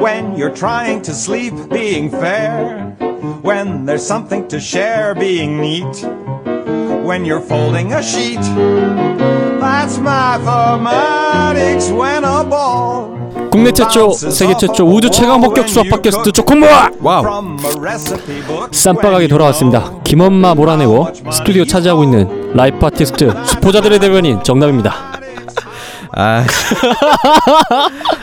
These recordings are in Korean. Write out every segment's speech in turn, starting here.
when you're trying to sleep, being fair. When there's something to share, being neat. When you're folding a sheet. That's mathematics when a ball. 국내 최초, 세계 최초 우주 최강 목격 수업 바뀌었을 때 초콤보아! 와우. 쌈바가게 돌아왔습니다. 김엄마 몰아내고 스튜디오 차지하고 있는 라이프 아티스트 수포자들의 대변인 정남입니다. 아,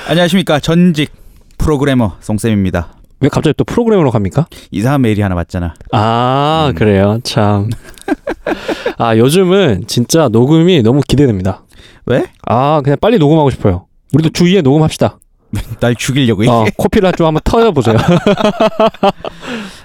안녕하십니까 전직 프로그래머 송쌤입니다. 왜 갑자기 또 프로그램으로 갑니까? 이상한 메일이 하나 왔잖아. 아 그래요 참. 아 요즘은 진짜 녹음이 너무 기대됩니다. 왜? 아 그냥 빨리 녹음하고 싶어요. 우리도 주위에 녹음합시다. 날 죽이려고. 어, 어. 코피를 좀 한번 터여보세요.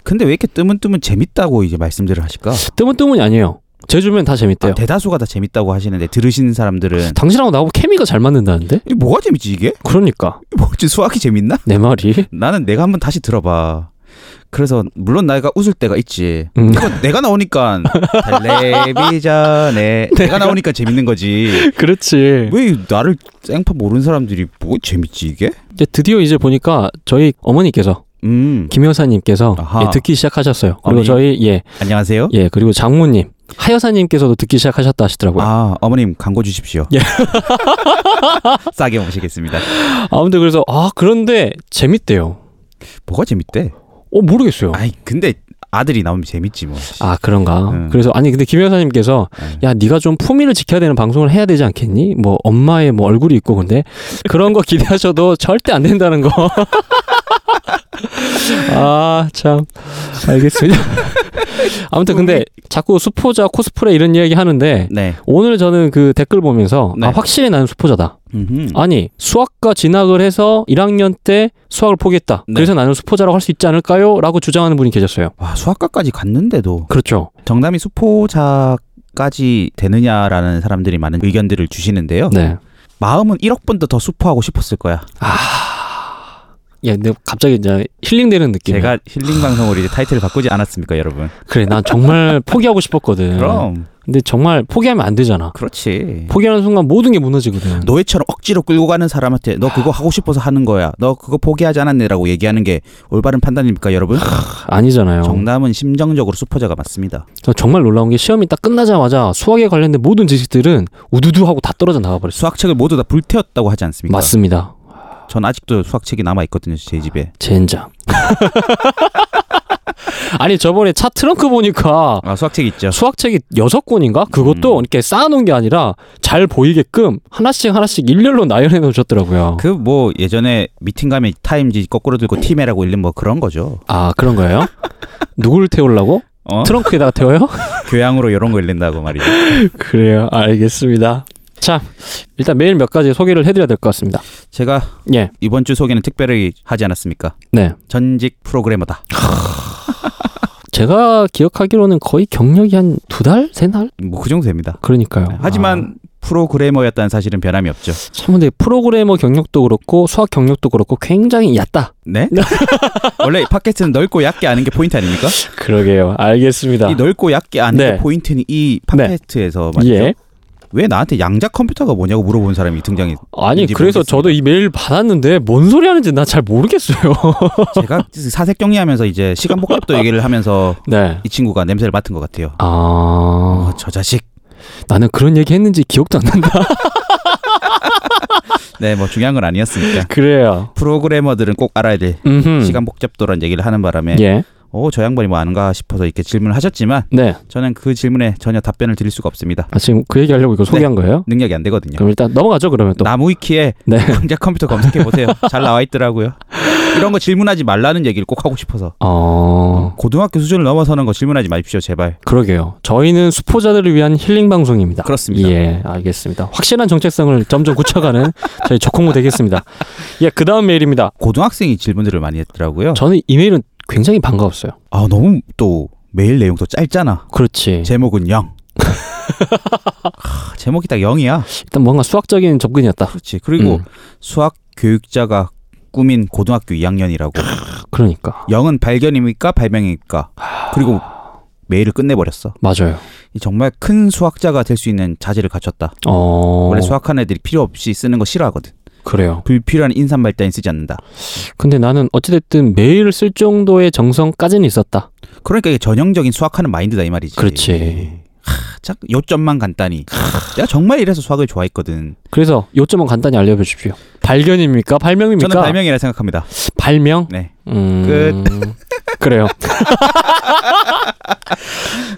근데 왜 이렇게 뜨문뜨문 재밌다고 이제 말씀들을 하실까? 뜨문뜨문이 아니에요. 제 주변 다 재밌대요. 아, 아, 대다수가 다 재밌다고 하시는데 들으시는 사람들은 당신하고 나하고 케미가 잘 맞는다는데? 이게 뭐가 재밌지 이게? 그러니까 이게 뭐지 수학이 재밌나? 내 말이. 나는 내가 한번 다시 들어봐. 그래서 물론 내가 웃을 때가 있지. 음. 그건 내가 나오니까 텔레비전에 내가 나오니까 재밌는 거지. 그렇지. 왜 나를 생파 모르는 사람들이 뭐 재밌지 이게? 이제 드디어 이제 보니까 저희 어머니께서 음 김 여사님께서 아하. 예, 듣기 시작하셨어요. 그리고 어머니. 저희 예예 안녕하세요. 그리고 장모님 하 여사님께서도 듣기 시작하셨다 하시더라고요. 아 어머님 광고 주십시오. 예. 싸게 모시겠습니다. 아. 무튼 그래서 아 그런데 재밌대요. 뭐가 재밌대? 어 모르겠어요. 아이 근데 아들이 나오면 재밌지 뭐. 아 그런가. 음. 그래서 아니 근데 김 여사님께서 야 네가 좀 품위를 지켜야 되는 방송을 해야 되지 않겠니? 뭐 엄마의 뭐 얼굴이 있고 근데 그런 거 기대하셔도 절대 안 된다는 거. 아 참 알겠습니다. 아무튼 근데 자꾸 수포자 코스프레 이런 이야기 하는데 네. 오늘 저는 그 댓글 보면서 네. 아 확실히 나는 수포자다. 음흠. 아니 수학과 진학을 해서 1학년 때 수학을 포기했다. 네. 그래서 나는 수포자라고 할 수 있지 않을까요? 라고 주장하는 분이 계셨어요. 와 수학과까지 갔는데도 그렇죠. 정남이 수포자까지 되느냐라는 사람들이 많은 의견들을 주시는데요. 네. 마음은 1억 번도 더 수포하고 싶었을 거야. 예, 근데 갑자기 이제 힐링되는 느낌. 제가 힐링 방송으로 이제 타이틀을 바꾸지 않았습니까, 여러분? 그래, 난 정말 포기하고 싶었거든. 그럼 근데 정말 포기하면 안 되잖아. 그렇지. 포기하는 순간 모든 게 무너지거든. 노예처럼 억지로 끌고 가는 사람한테 너 아. 그거 하고 싶어서 하는 거야. 너 그거 포기하지 않았네라고 얘기하는 게 올바른 판단입니까, 여러분? 아니잖아요. 정남은 심정적으로 수포자가 맞습니다. 저 정말 놀라운 게 시험이 딱 끝나자마자 수학에 관련된 모든 지식들은 우두두 하고 다 떨어져 나가버렸어. 수학책을 모두 다 불태웠다고 하지 않습니까? 맞습니다. 전 아직도 수학책이 남아 있거든요, 제 집에. 젠장. 아니 저번에 차 트렁크 보니까 아, 수학책 있죠. 수학책이 여섯 권인가? 그것도 음. 이렇게 쌓아놓은 게 아니라 잘 보이게끔 하나씩 하나씩 일렬로 나열해 놓으셨더라고요. 그 뭐 예전에 미팅 가면 타임지 거꾸로 들고 팀해라고 읽는 뭐 그런 거죠. 아 그런 거예요? 누구를 태우려고? 어? 트렁크에다가 태워요? 교양으로 이런 거 읽는다고 말이죠. 그래요. 알겠습니다. 자, 일단 매일 몇 가지 소개를 해드려야 될 것 같습니다. 제가 예, 이번 주 소개는 특별히 하지 않았습니까? 네. 전직 프로그래머다. 제가 기억하기로는 거의 경력이 한 두 달? 세 달? 뭐 그 정도 됩니다. 그러니까요. 아, 하지만 프로그래머였다는 사실은 변함이 없죠. 참 근데 프로그래머 경력도 그렇고 수학 경력도 그렇고 굉장히 얕다. 네? 원래 팟캐스트는 넓고 얕게 아는 게 포인트 아닙니까? 그러게요. 알겠습니다. 이 넓고 얕게 아는 네. 게 포인트는 이 팟캐스트에서 말이죠. 예. 왜 나한테 양자 컴퓨터가 뭐냐고 물어본 사람이 등장해. 아니 뭔지 그래서 모르겠습니다. 저도 이 메일 받았는데 뭔 소리 하는지 나 잘 모르겠어요. 제가 사색 정리하면서 이제 시간 복잡도 얘기를 하면서 네. 이 친구가 냄새를 맡은 것 같아요. 아 어, 저 자식. 나는 그런 얘기 했는지 기억도 안 난다. 네, 뭐 중요한 건 아니었으니까. 그래요. 프로그래머들은 꼭 알아야 될 음. 시간 복잡도란 얘기를 하는 바람에 예. 오, 저 양반이 뭐 아는가 싶어서 이렇게 질문을 하셨지만 네. 저는 그 질문에 전혀 답변을 드릴 수가 없습니다. 아, 지금 그 얘기 하려고 이거 소개한 거예요? 능력이 안 되거든요. 그럼 일단 넘어가죠 그러면 또. 나무위키에 네. 양자 컴퓨터 검색해 보세요. 잘 나와 있더라고요. 이런 거 질문하지 말라는 얘기를 꼭 하고 싶어서 어, 고등학교 수준을 넘어서는 거 질문하지 마십시오, 제발. 그러게요. 저희는 수포자들을 위한 힐링 방송입니다. 그렇습니다. 예, 알겠습니다. 확실한 정체성을 점점 굳혀가는 저희 조콩모 되겠습니다. 예, 그 다음 메일입니다. 고등학생이 질문들을 많이 했더라고요. 저는 이 메일은 굉장히 반가웠어요. 아, 너무 또 메일 내용도 짧잖아. 그렇지. 제목은 0. 하, 제목이 딱 0이야. 일단 뭔가 수학적인 접근이었다. 그렇지. 그리고 음. 수학 교육자가 꾸민 고등학교 2학년이라고. 그러니까. 영은 발견입니까? 발명입니까? 그리고 메일을 끝내버렸어. 맞아요. 이 정말 큰 수학자가 될 수 있는 자질을 갖췄다. 어. 원래 수학하는 애들이 필요 없이 쓰는 거 싫어하거든. 그래요. 불필요한 인사말 따윈 쓰지 않는다. 근데 나는 어찌됐든 매일 쓸 정도의 정성까지는 있었다. 그러니까 이게 전형적인 수학하는 마인드다 이 말이지. 그렇지. 딱 요점만 간단히. 내가 정말 이래서 수학을 좋아했거든. 그래서 요점은 간단히 알려주십시오. 발견입니까? 발명입니까? 저는 발명이라 생각합니다. 발명? 네. 음... 그래요.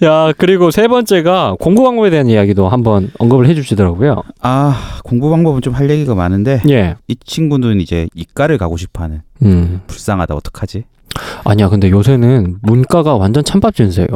야, 그리고 세 번째가 공부 방법에 대한 이야기도 한번 언급을 해주시더라고요. 아 공부 방법은 좀 할 얘기가 많은데 예. 이 친구는 이제 이과를 가고 싶어하는 음. 불쌍하다 어떡하지? 아니야, 근데 요새는 문과가 완전 찬밥 진세요.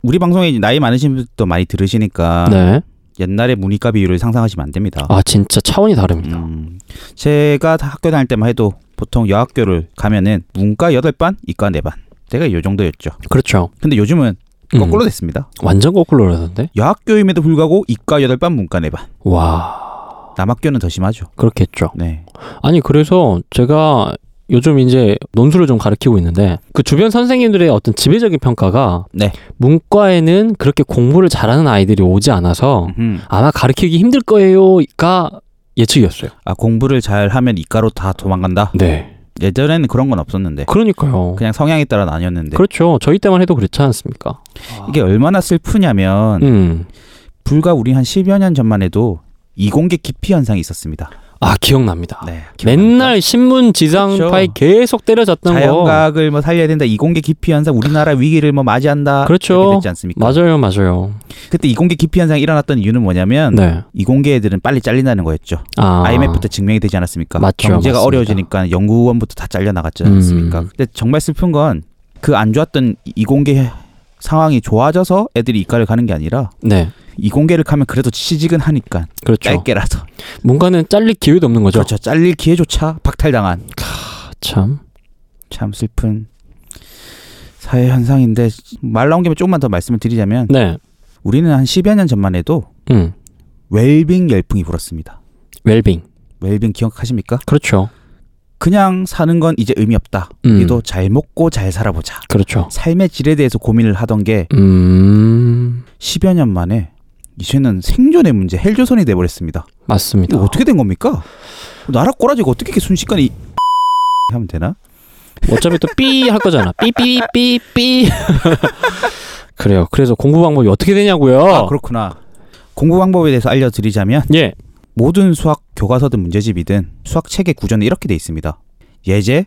우리 방송에 이제 나이 많으신 분들도 많이 들으시니까 네. 옛날에 문이과 비율을 상상하시면 안 됩니다. 아, 진짜 차원이 다릅니다. 음, 제가 다 학교 다닐 때만 해도 보통 여학교를 가면은 문과 8반, 이과 4반. 제가 이 정도였죠. 그렇죠. 근데 근데 요즘은 음. 거꾸로 됐습니다. 완전 거꾸로라던데? 여학교임에도 불구하고 이과 8반, 문과 4반. 와, 남학교는 더 심하죠. 그렇겠죠. 네. 아니, 그래서 제가 요즘 이제 논술을 좀 가르치고 있는데 그 주변 선생님들의 어떤 지배적인 평가가 네. 문과에는 그렇게 공부를 잘하는 아이들이 오지 않아서 음. 아마 가르치기 힘들 거예요가 예측이었어요. 아, 공부를 잘하면 이과로 다 도망간다. 네. 예전에는 그런 건 없었는데. 그러니까요. 어. 그냥 성향에 따라 나뉘었는데. 그렇죠. 저희 때만 해도 그렇지 않습니까? 이게 얼마나 슬프냐면 음. 불과 우리 한 10여 년 전만 해도 이공계 기피 현상이 있었습니다. 아, 기억납니다. 네. 맨날 신문 지상파에 그렇죠. 계속 때려잡던 거. 자연과학을 뭐 살려야 된다. 이공계 기피 현상 우리나라 위기를 뭐 맞이한다. 그렇죠. 이렇게 됐지 않습니까? 맞아요, 맞아요. 그때 이공계 기피 현상이 일어났던 이유는 뭐냐면 네. 이공계 애들은 빨리 잘린다는 거였죠. 아. 음. IMF 때 증명이 되지 않았습니까? 맞죠, 경제가 맞습니다. 어려워지니까 연구원부터 다 잘려 나갔지 않습니까? 음. 근데 정말 슬픈 건 그 안 좋았던 이공계 상황이 좋아져서 애들이 이과를 가는 게 아니라 네. 이공계를 가면 그래도 취직은 하니까 그렇죠. 짧게라도 뭔가는 잘릴 기회도 없는 거죠. 그렇죠. 잘릴 기회조차 박탈당한 참. 참 슬픈 사회 현상인데 말 나온 김에 조금만 더 말씀을 드리자면 네. 우리는 한 10여 년 전만 해도 음. 웰빙 열풍이 불었습니다. 웰빙. 웰빙 기억하십니까? 그렇죠. 그냥 사는 건 이제 의미 없다. 음. 우리도 잘 먹고 잘 살아보자. 그렇죠. 삶의 질에 대해서 고민을 하던 게 음. 10여 년 만에 이제는 생존의 문제, 헬조선이 돼버렸습니다. 맞습니다. 이거 어떻게 된 겁니까? 나라 꼬라지가 어떻게 이렇게 순식간에 이 하면 되나? 어차피 또 삐 할 거잖아. 삐삐삐삐. 그래요. 그래서 공부 방법이 어떻게 되냐고요. 아 그렇구나. 공부 방법에 대해서 알려드리자면 예. 모든 수학 교과서든 문제집이든 수학 책의 구조는 이렇게 돼 있습니다. 예제,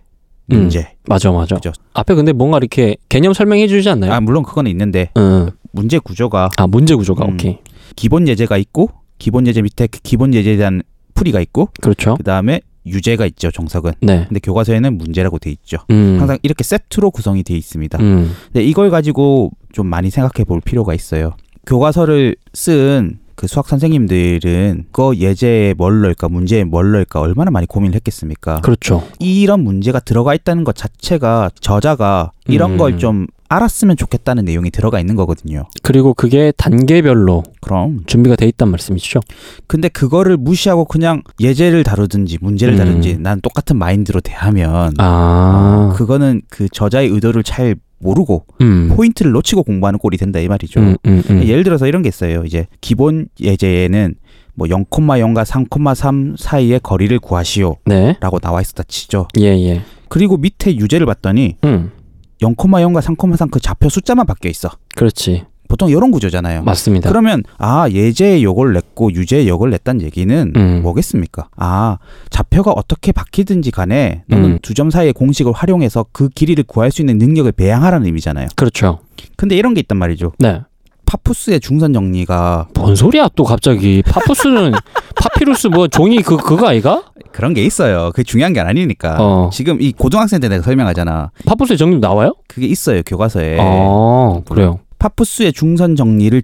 음. 문제. 맞아 맞아. 그죠. 앞에 근데 뭔가 이렇게 개념 설명해 주지 않나요? 아 물론 그건 있는데 응. 문제 구조가 아 문제 구조가 음. 오케이. 기본 예제가 있고 기본 예제 밑에 그 기본 예제에 대한 풀이가 있고 그렇죠. 그 다음에 유제가 있죠 정석은. 네. 근데 교과서에는 문제라고 돼 있죠. 음. 항상 이렇게 세트로 구성이 돼 있습니다. 음. 근데 네, 이걸 가지고 좀 많이 생각해 볼 필요가 있어요. 교과서를 쓴 그 수학 선생님들은 그거 예제에 뭘 넣을까 문제에 뭘 넣을까 얼마나 많이 고민을 했겠습니까? 그렇죠. 이런 문제가 들어가 있다는 것 자체가 저자가 이런 음. 걸 좀 알았으면 좋겠다는 내용이 들어가 있는 거거든요. 그리고 그게 단계별로 그럼 준비가 돼 있단 말씀이시죠? 근데 그거를 무시하고 그냥 예제를 다루든지 문제를 음. 다루든지 난 똑같은 마인드로 대하면 아. 그거는 그 저자의 의도를 잘 모르고 음. 포인트를 놓치고 공부하는 꼴이 된다 이 말이죠. 음, 음, 음. 그렇죠. 예를 들어서 이런 게 있어요. 이제 기본 예제에는 뭐 0,0과 3,3 사이의 거리를 구하시오라고 네. 나와 있었다 치죠. 예, 예. 그리고 밑에 유제를 봤더니 음. 0,0과 3,3 그 좌표 숫자만 바뀌어 있어. 그렇지. 보통 이런 구조잖아요. 맞습니다. 그러면 아 예제에 요걸 냈고 유제에 요걸 냈단 얘기는 음. 뭐겠습니까? 아 좌표가 어떻게 바뀌든지 간에 너는 음. 두 점 사이의 공식을 활용해서 그 길이를 구할 수 있는 능력을 배양하라는 의미잖아요. 그렇죠. 근데 이런 게 있단 말이죠. 네. 파푸스의 중선 정리가 뭔 소리야 또 갑자기 파푸스는 파피루스 뭐 종이 그 그거 아이가? 그런 게 있어요. 그게 중요한 게 아니니까. 어. 지금 이 고등학생 때 내가 설명하잖아. 파푸스의 정립 나와요? 그게 있어요 교과서에. 아 그래요. 파푸스의 중선 정리를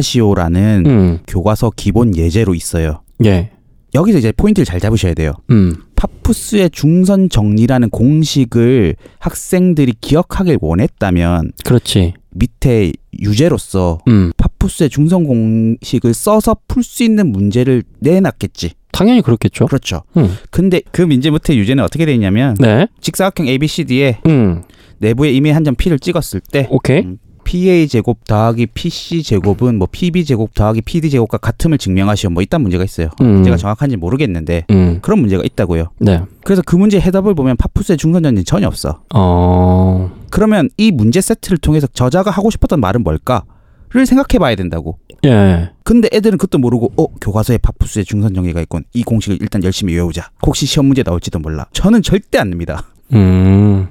증명하시오라는 음. 교과서 기본 예제로 있어요. 예. 여기서 이제 포인트를 잘 잡으셔야 돼요. 음. 파푸스의 중선 정리라는 공식을 학생들이 기억하길 원했다면 그렇지. 밑에 유제로서 음. 파푸스의 중선 공식을 써서 풀 수 있는 문제를 내놨겠지. 당연히 그렇겠죠. 그렇죠. 음. 근데 그 민제 밑에 유제는 어떻게 돼 있냐면 네. 직사각형 ABCD에 음. 내부에 이미 한 점 P를 찍었을 때 오케이. 음. PA 제곱 더하기 PC 제곱은 뭐 PB 제곱 더하기 PD 제곱과 같음을 증명하시오 뭐 이딴 문제가 있어요. 음. 문제가 정확한지 모르겠는데 음. 그런 문제가 있다고요. 네. 그래서 그 문제 해답을 보면 파푸스의 중간전이 전혀 없어. 어. 그러면 이 문제 세트를 통해서 저자가 하고 싶었던 말은 뭘까를 생각해 봐야 된다고. 예. 근데 애들은 그것도 모르고 어 교과서에 파푸스의 중선 정리가 있군. 이 공식을 일단 열심히 외우자. 혹시 시험 문제 나올지도 몰라. 저는 절대 안 냅니다. 음.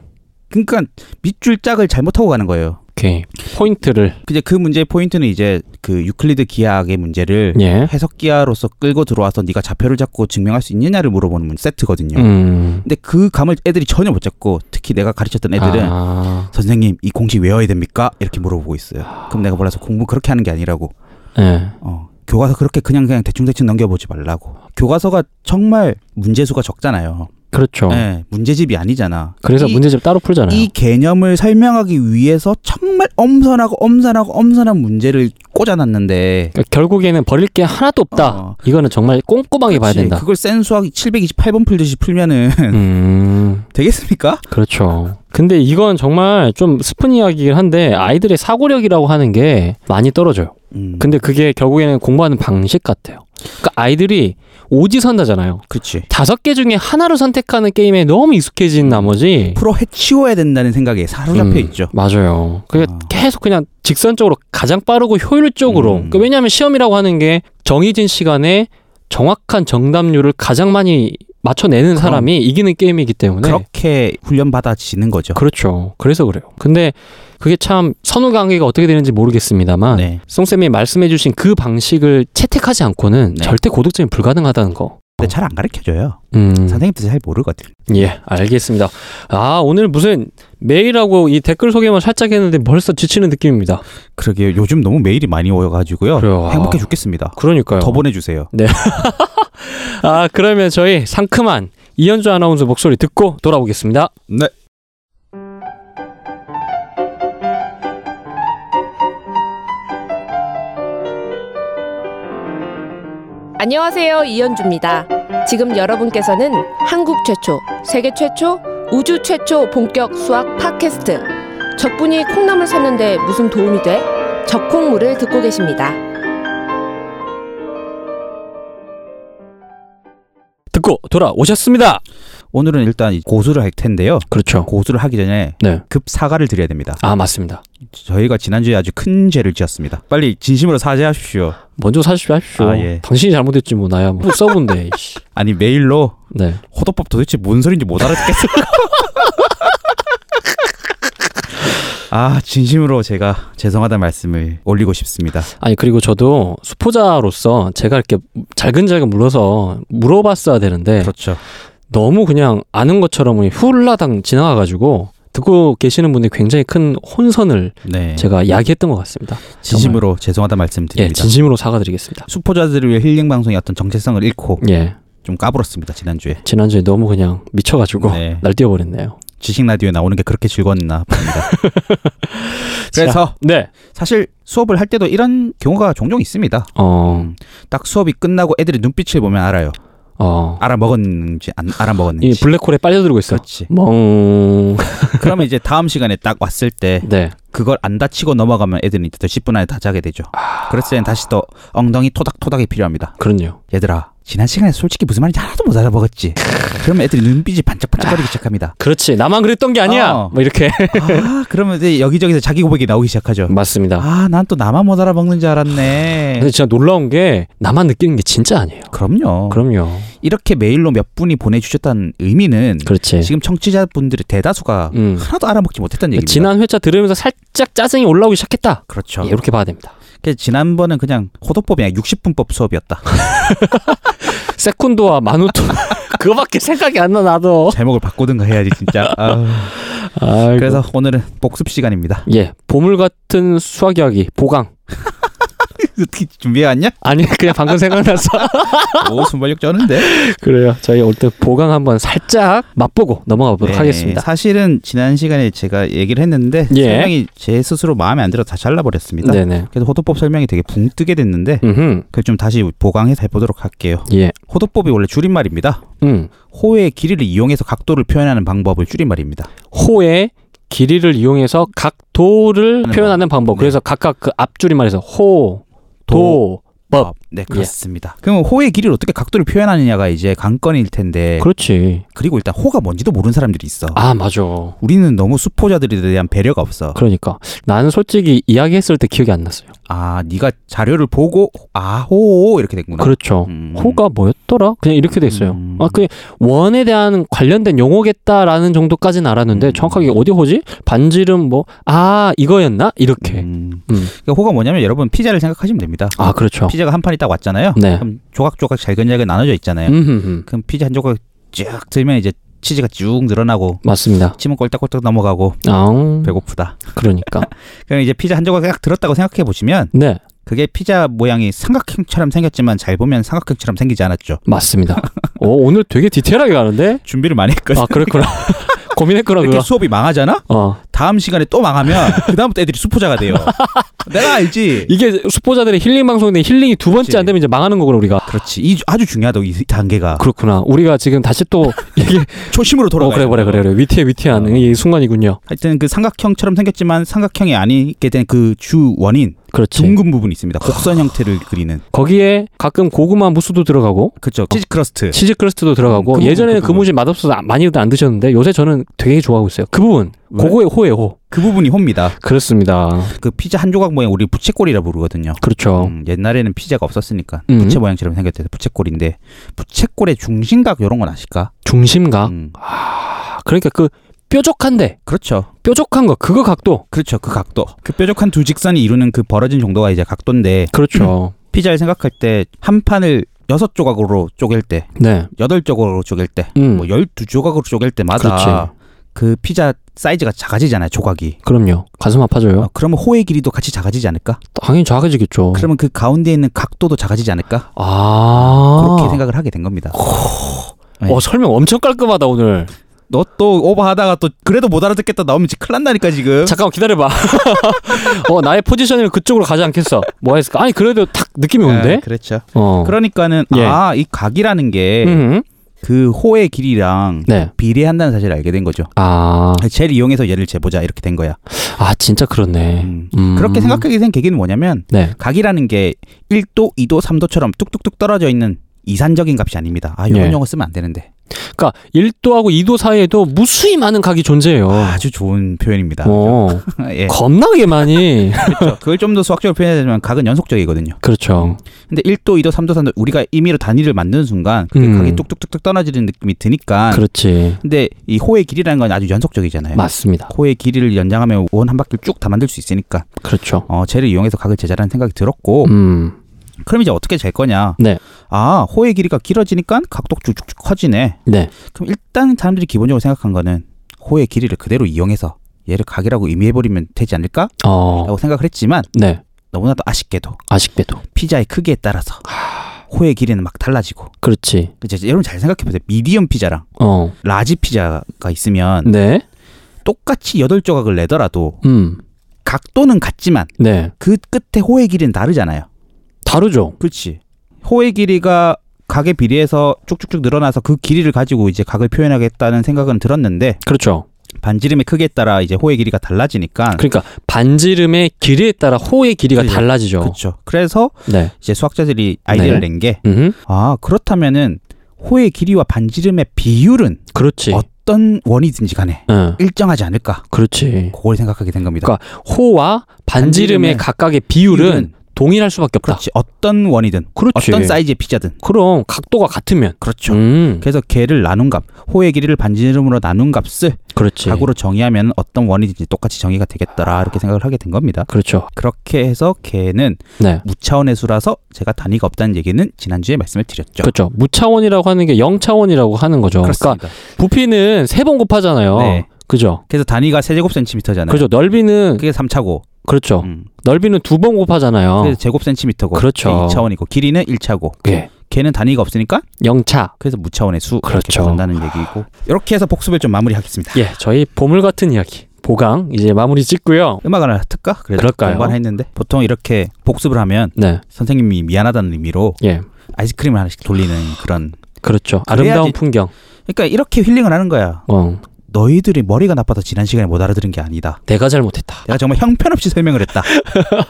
그러니까 밑줄 짝을 잘못하고 가는 거예요. 오케이. 포인트를 이제 그 문제의 포인트는 이제 그 유클리드 기하학의 문제를 예. 해석 기하로서 끌고 들어와서 네가 좌표를 잡고 증명할 수 있느냐를 물어보는 문 세트거든요. 음. 근데 그 감을 애들이 전혀 못 잡고 특히 내가 가르쳤던 애들은 아. 선생님 이 공식 외워야 됩니까? 이렇게 물어보고 있어요. 그럼 내가 몰라서 공부 그렇게 하는 게 아니라고. 예. 어, 교과서 그렇게 그냥 그냥 대충 대충 넘겨보지 말라고. 교과서가 정말 문제수가 적잖아요. 그렇죠. 네, 문제집이 아니잖아. 그래서 이- 문제집 따로 풀잖아요. 이 개념을 설명하기 위해서 정말 엄선하고 엄선하고 엄선한 문제를 꽂아놨는데 그러니까 결국에는 버릴 게 하나도 없다. 어. 이거는 정말 꼼꼼하게 봐야 그치. 된다. 그걸 센수학 728번 풀듯이 풀면은 음. 되겠습니까? 그렇죠. 근데 이건 정말 좀 스푼 이야기긴 한데 아이들의 사고력이라고 하는 게 많이 떨어져요. 음, 근데 그게 결국에는 공부하는 방식 같아요. 그러니까 아이들이 오지선다잖아요. 그렇지. 다섯 개 중에 하나로 선택하는 게임에 너무 익숙해진 나머지 프로 해치워야 된다는 생각에 사로잡혀 음, 있죠. 맞아요. 그게 아. 계속 그냥 직선적으로 가장 빠르고 효율적으로. 음. 그 왜냐하면 시험이라고 하는 게 정해진 시간에 정확한 정답률을 가장 많이 맞춰내는 사람이 이기는 게임이기 때문에 그렇게 훈련 받아지는 거죠. 그렇죠. 그래서 그래요. 근데 그게 참 선후 관계가 어떻게 되는지 모르겠습니다만 네. 송쌤이 말씀해주신 그 방식을 채택하지 않고는 네. 절대 고득점이 불가능하다는 거. 근데 잘 안 가르쳐 줘요. 어. 음. 선생님도 잘 모르거든. 예, 알겠습니다. 아, 오늘 무슨 메일하고 이 댓글 소개만 살짝 했는데 벌써 지치는 느낌입니다. 그러게요. 요즘 너무 메일이 많이 오여가지고요. 그래요. 행복해 죽겠습니다. 그러니까요. 더 보내주세요. 아, 그러면 저희 상큼한 이현주 아나운서 목소리 듣고 돌아오겠습니다. 네. 안녕하세요. 이현주입니다. 지금 여러분께서는 한국 최초, 세계 최초, 우주 최초 본격 수학 팟캐스트. 적분이 콩나물 샀는데 무슨 도움이 돼? 적콩물을 듣고 계십니다. 듣고 돌아오셨습니다. 오늘은 일단 이 고수를 할 텐데요. 그렇죠. 고수를 하기 전에 네. 급 사과를 드려야 됩니다. 아, 맞습니다. 저희가 지난주에 아주 큰 죄를 지었습니다. 빨리 진심으로 사죄하십시오. 먼저 사십시오, 하십시오. 아, 예. 당신이 잘못했지 뭐 나야 뭐 써본데. 이씨. 아니 메일로 네. 호도법 도대체 뭔 소린지 못 알아듣겠어요. 아 진심으로 제가 죄송하다는 말씀을 올리고 싶습니다. 아니 그리고 저도 수포자로서 제가 이렇게 잘근잘근 물어서 물어봤어야 되는데 그렇죠. 너무 그냥 아는 것처럼 그냥 훌라당 지나가가지고 듣고 계시는 분이 굉장히 큰 혼선을 네. 제가 야기했던 것 같습니다. 진심으로 죄송하다는 말씀 예, 드립니다. 진심으로 사과드리겠습니다. 수포자들을 위해 힐링 방송의 어떤 정체성을 잃고 예, 좀 까불었습니다 지난주에. 지난주에 너무 그냥 미쳐가지고 네. 날뛰어버렸네요. 지식 라디오에 나오는 게 그렇게 즐거웠나 봅니다. 그래서 네, 사실 수업을 할 때도 이런 경우가 종종 있습니다. 어, 딱 수업이 끝나고 애들이 눈빛을 보면 알아요. 어, 알아먹었는지 안 이 알아먹었는지. 블랙홀에 빨려들고 있어. 예, 그렇지. 멍, 그러면 이제 다음 시간에 딱 왔을 때 네, 그걸 안 다치고 넘어가면 애들은 이제 또 10분 안에 다 자게 되죠. 그랬을 땐 다시 또 엉덩이 토닥토닥이 필요합니다. 그럼요. 얘들아, 지난 시간에 솔직히 무슨 말인지 하나도 못 알아먹었지. 그러면 애들이 눈빛이 반짝반짝거리기 시작합니다. 그렇지, 나만 그랬던 게 아니야. 어. 뭐 이렇게. 아, 그러면 이제 여기저기서 자기 고백이 나오기 시작하죠. 맞습니다. 아, 난 또 나만 못 알아먹는 줄 알았네. 근데 진짜 놀라운 게 나만 느끼는 게 진짜 아니에요. 그럼요. 그럼요. 이렇게 메일로 몇 분이 보내주셨다는 의미는 그렇지. 지금 청취자분들의 대다수가 예. 음. 하나도 알아먹지 못했다는 얘기입니다. 지난 회차 들으면서 살짝 짜증이 올라오기 시작했다. 그렇죠. 예, 이렇게 봐야 됩니다. 그래서 지난번은 그냥 호도법이 아니라 60분법 수업이었다. 세콘도와 마누토 그거밖에 생각이 안 나 나도. 제목을 바꾸든가 해야지 진짜. 아유. 아이고. 그래서 오늘은 복습 시간입니다. 예 보물 같은 수학 이야기 보강 어떻게 준비해왔냐? 아니 그냥 방금 생각나서 오 순발력 쩌는데. 그래요. 저희 올 때 보강 한번 살짝 맛보고 넘어가 보도록 네, 하겠습니다. 사실은 지난 시간에 제가 얘기를 했는데 예. 설명이 제 스스로 마음에 안 들어 다 잘라버렸습니다. 네네. 그래서 호도법 설명이 되게 붕 뜨게 됐는데 음. 그걸 좀 다시 보강해서 해보도록 할게요. 예. 호도법이 원래 줄임말입니다. 음. 호의 길이를 이용해서 각도를 표현하는 방법을 줄임말입니다. 호의 길이를 이용해서 각 도를 하는 표현하는 방법. 네. 그래서 각각 그 앞줄이 말해서 호, 도, 법. 네, 그렇습니다. 그럼 호의 길이를 어떻게 각도를 표현하느냐가 이제 관건일 텐데 그렇지. 그리고 일단 호가 뭔지도 모르는 사람들이 있어. 아, 맞아. 우리는 너무 수포자들에 대한 배려가 없어. 그러니까 나는 솔직히 이야기했을 때 기억이 안 났어요. 아, 네가 자료를 보고 아호 이렇게 됐구나. 그렇죠. 음. 호가 뭐였더라? 그냥 이렇게 돼 있어요. 음. 아, 그 원에 대한 관련된 용어겠다라는 정도까지는 알았는데 음. 정확하게 어디 호지? 반지름 뭐? 아, 이거였나? 이렇게. 음. 음. 그러니까 호가 뭐냐면 여러분 피자를 생각하시면 됩니다. 아, 그렇죠. 피자가 한 판이 딱 왔잖아요. 네. 그럼 조각조각 잘근잘근 나눠져 있잖아요. 음흠흠. 그럼 피자 한 조각 쫙 들면 이제 치즈가 쭉 늘어나고 맞습니다. 침은 꼴딱꼴딱 넘어가고 아, 배고프다. 그러니까. 그럼 이제 피자 한 조각 딱 들었다고 생각해 보시면 네, 그게 피자 모양이 삼각형처럼 생겼지만 잘 보면 삼각형처럼 생기지 않았죠. 맞습니다. 어, 오, 오늘 되게 디테일하게 가는데? 준비를 많이 했거든. 아, 그랬구나. 고민했구나, 이렇게 그거. 수업이 망하잖아? 어. 다음 시간에 또 망하면 그다음부터 애들이 수포자가 돼요. 내가 알지. 이게 수포자들의 힐링 방송인데 힐링이 두 번째 그치. 안 되면 이제 망하는 거구나, 우리가. 그렇지. 이 주- 아주 중요하다고 이 단계가. 그렇구나. 우리가 지금 다시 또 이게 초심으로 어, 돌아가. 그래 그래 그래 그래 위태해 위태한 어. 이 순간이군요. 하여튼 그 삼각형처럼 생겼지만 삼각형이 아니게 된 그 주 원인 그렇지. 둥근 부분이 있습니다. 곡선 형태를 그리는. 거기에 가끔 고구마 무스도 들어가고 그렇죠. 치즈 크러스트. 치즈 크러스트도 들어가고 음, 그 부분, 예전에는 그 그 부분. 무지 맛없어서 아- 많이들 안 드셨는데 요새 저는 되게 좋아하고 있어요. 그 부분 왜? 고거의 호의 호. 그 부분이 호입니다. 그렇습니다. 그 피자 한 조각 모양 우리 부채꼴이라 부르거든요. 그렇죠. 음, 옛날에는 피자가 없었으니까 음. 부채 모양처럼 생겼대서 부채꼴인데 부채꼴의 중심각 이런 건 아실까? 중심각. 음, 아, 그러니까 그 뾰족한데 그렇죠. 뾰족한 거 그거 각도. 그렇죠. 그 각도. 그 뾰족한 두 직선이 이루는 그 벌어진 정도가 이제 각도인데 그렇죠. 피자를 생각할 때 한 판을 여섯 조각으로 쪼갤 때, 네. 여덟 조각으로 쪼갤 때, 음. 음. 뭐 열두 조각으로 쪼갤 때마다 그 피자 사이즈가 작아지잖아요. 조각이. 그럼요. 가슴 아파져요. 어, 그러면 호의 길이도 같이 작아지지 않을까? 당연히 작아지겠죠. 그러면 그 가운데 있는 각도도 작아지지 않을까? 아. 그렇게 생각을 하게 된 겁니다. 어, 설명 엄청 깔끔하다 오늘. 너 또 오버하다가 또 그래도 못 알아듣겠다 나오면 이제 큰일 난다니까 지금. 잠깐만 기다려봐. 어, 나의 포지션을 그쪽으로 가지 않겠어. 뭐 했을까? 아니, 그래도 탁 느낌이 아, 오는데? 그렇죠. 어. 그러니까는 예. 아 이 각이라는 게 그 음, 호의 길이랑 네. 비례한다는 사실을 알게 된 거죠. 아, 쟤를 이용해서 얘를 재보자 이렇게 된 거야. 아, 진짜 그렇네. 음. 음. 그렇게 생각하게 된 계기는 뭐냐면 네. 각이라는 게 1도, 2도, 3도처럼 뚝뚝뚝 떨어져 있는 이산적인 값이 아닙니다. 아 이런 예. 영어 쓰면 안 되는데. 그러니까 1도하고 2도 사이에도 무수히 많은 각이 존재해요. 아주 좋은 표현입니다. 어, 예. 겁나게 많이. 그렇죠. 그걸 좀 더 수학적으로 표현하자면 각은 연속적이거든요. 그렇죠. 근데 1도, 2도, 3도, 3도 우리가 임의로 단위를 만드는 순간 그게 음. 각이 뚝뚝뚝뚝 떨어지는 느낌이 드니까 그렇지. 근데 이 호의 길이라는 건 아주 연속적이잖아요. 맞습니다. 호의 길이를 연장하면 원 한 바퀴를 쭉 다 만들 수 있으니까 그렇죠. 어, 쟤를 이용해서 각을 재자라는 생각이 들었고 음, 그럼 이제 어떻게 잴 거냐? 네. 아 호의 길이가 길어지니까 각도 쭉쭉쭉 커지네. 네. 그럼 일단 사람들이 기본적으로 생각한 거는 호의 길이를 그대로 이용해서 얘를 각이라고 의미해버리면 되지 않을까라고 어, 생각을 했지만 네. 너무나도 아쉽게도 아쉽게도. 피자의 크기에 따라서 호의 길이는 막 달라지고 그렇지. 그치? 여러분 잘 생각해보세요. 미디엄 피자랑 어, 라지 피자가 있으면 네. 똑같이 여덟 조각을 내더라도 음, 각도는 같지만 네. 그 끝에 호의 길이는 다르잖아요. 다르죠. 그렇지. 호의 길이가 각에 비례해서 쭉쭉쭉 늘어나서 그 길이를 가지고 이제 각을 표현하겠다는 생각은 들었는데 그렇죠. 반지름의 크기에 따라 이제 호의 길이가 달라지니까 그러니까 반지름의 길이에 따라 호의 길이가 그죠. 달라지죠. 그렇죠. 그래서 네. 이제 수학자들이 아이디어를 네. 낸 게 음. 아, 그렇다면은 호의 길이와 반지름의 비율은 그렇지. 어떤 원이든지 간에 응. 일정하지 않을까? 그렇지. 그걸 생각하게 된 겁니다. 그러니까 호와 반지름의 반지름의 각각의 비율은 비율은 동일할 수밖에 없다. 그렇지. 어떤 원이든 그렇지. 어떤 사이즈의 피자든 그럼 각도가 같으면. 그렇죠. 음. 그래서 걔를 나눈 값, 호의 길이를 반지름으로 나눈 값을 그렇지. 각으로 정의하면 어떤 원이든지 똑같이 정의가 되겠더라 이렇게 생각을 하게 된 겁니다. 그렇죠. 그렇게 해서 걔는 네. 무차원의 수라서 제가 단위가 없다는 얘기는 지난주에 말씀을 드렸죠. 그렇죠. 무차원이라고 하는 게 0차원이라고 하는 거죠. 렇습니다 그러니까 부피는 세 번 곱하잖아요. 네. 그죠? 그래서 단위가 세제곱센티미터잖아요. 그렇죠. 넓이는 그게 3차고. 그렇죠. 음. 네. 넓이는 두 번 곱하잖아요. 그래서 제곱센티미터고. 어. 네, 그렇죠. 2차원이고 길이는 1차고. 예. 걔는 단위가 없으니까 0차. 그래서 무차원의 수 그렇죠. 이렇게 된다는 얘기고. 이렇게 해서 복습을 좀 마무리하겠습니다. 예. 저희 보물 같은 이야기. 보강 이제 마무리 짓고요. 음악 하나 틀까? 그래도 그럴까요? 공부했는데 보통 이렇게 복습을 하면 네. 선생님이 미안하다는 의미로 예. 아이스크림을 하나씩 돌리는 그런 그렇죠. 그래야지- 아름다운 풍경. 그러니까 이렇게 힐링을 하는 거야. 어. 너희들이 머리가 나빠서 지난 시간에 못 알아들은 게 아니다. 내가 잘못했다. 내가 정말 형편없이 설명을 했다.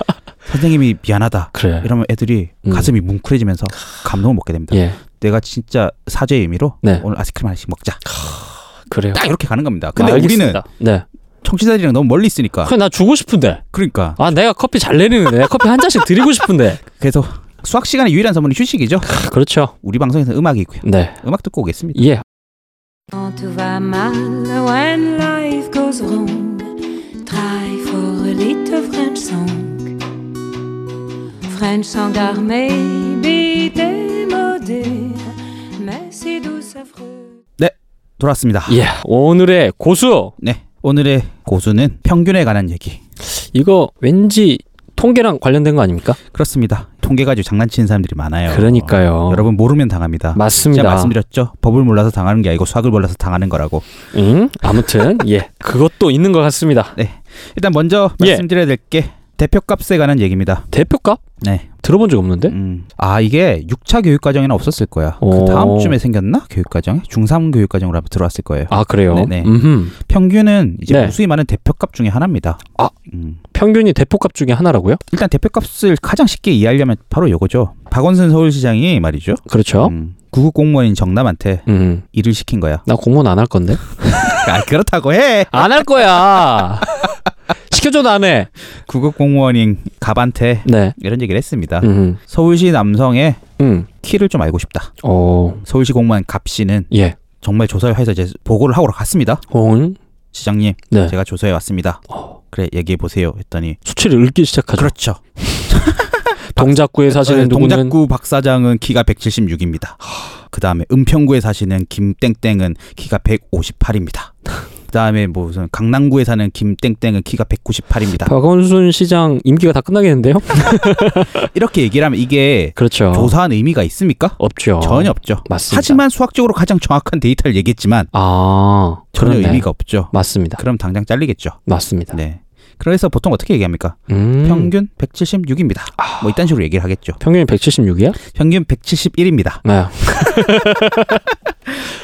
선생님이 미안하다. 그래. 이러면 애들이 음. 가슴이 뭉클해지면서 감동을 먹게 됩니다. 예. 내가 진짜 사죄의 의미로 네. 오늘 아이스크림 하나씩 먹자. 그래요. 딱 이렇게 가는 겁니다. 근데 우리는 아. 알겠습니다. 네. 청취자들이랑 너무 멀리 있으니까 그래 나 주고 싶은데. 그러니까 아 내가 커피 잘 내리는데 내가 커피 한 잔씩 드리고 싶은데. 그래서 수학 시간의 유일한 선물이 휴식이죠. 아, 그렇죠. 우리 방송에서 음악이 있고요. 네. 음악 듣고 오겠습니다. 예. Quand tout va mal, when life goes wrong, try for a little French song. French song are maybe démodé, mais si douce affreuse. 네. 돌아왔습니다. 예. 오늘의 고수. 네. 오늘의 고수는 평균에 관한 얘기. 이거 왠지 통계랑 관련된 거 아닙니까? 그렇습니다. 통계 가지고 장난치는 사람들이 많아요. 그러니까요. 여러분 모르면 당합니다. 맞습니다. 아, 제가 말씀드렸죠. 법을 몰라서 당하는 게 아니고 수학을 몰라서 당하는 거라고. 응? 아무튼 예. 그것도 있는 것 같습니다. 일단 먼저 예. 말씀드려야 될 게 대표값에 관한 얘기입니다. 대표값? 네. 들어본 적 없는데? 음. 아 이게 6차 교육 과정에는 없었을 거야. 오. 그 다음 쯤에 생겼나? 교육 과정에 중3 교육 과정으로 한번 들어왔을 거예요. 아 그래요. 네네. 음흠. 평균은 이제 네. 무수히 많은 대표값 중에 하나입니다. 아. 음. 평균이 대포값 중에 하나라고요? 일단 대표값을 가장 쉽게 이해하려면 바로 요거죠. 박원순 서울시장이 말이죠. 그렇죠. 음, 구급 공무원인 정남한테 음. 일을 시킨 거야. 나 공무원 안 할 건데. 아, 그렇다고 해. 안 할 거야. 시켜줘도 안 해. 구급 공무원인 갑한테 네. 이런 얘기를 했습니다. 음. 서울시 남성의 음. 키를 좀 알고 싶다. 어. 서울시 공무원 갑 씨는 예. 정말 조사해서 이제 보고를 하고 갔습니다. 응. 시장님, 네. 제가 조사해 왔습니다. 그래 얘기해 보세요. 했더니 수치를 읽기 시작하죠. 그렇죠. 네, 동작구에 사시는 누구는 동작구 박 사장은 키가 176입니다. 그 다음에 은평구에 사시는 김땡땡은 키가 158입니다. 그 다음에 뭐 무슨 강남구에 사는 김땡땡은 키가 198입니다. 박원순 시장 임기가 다 끝나겠는데요? 이렇게 얘기를 하면 이게 그렇죠. 조사한 의미가 있습니까? 없죠. 전혀 없죠. 맞습니다. 하지만 수학적으로 가장 정확한 데이터를 얘기했지만 아 전혀 그렇네. 네. 의미가 없죠. 맞습니다. 그럼 당장 잘리겠죠. 맞습니다. 네. 그래서 보통 어떻게 얘기합니까? 음. 아. 평균 176입니다. 뭐 이딴 식으로 얘기를 하겠죠. 평균이 176이야? 평균 171입니다. 네.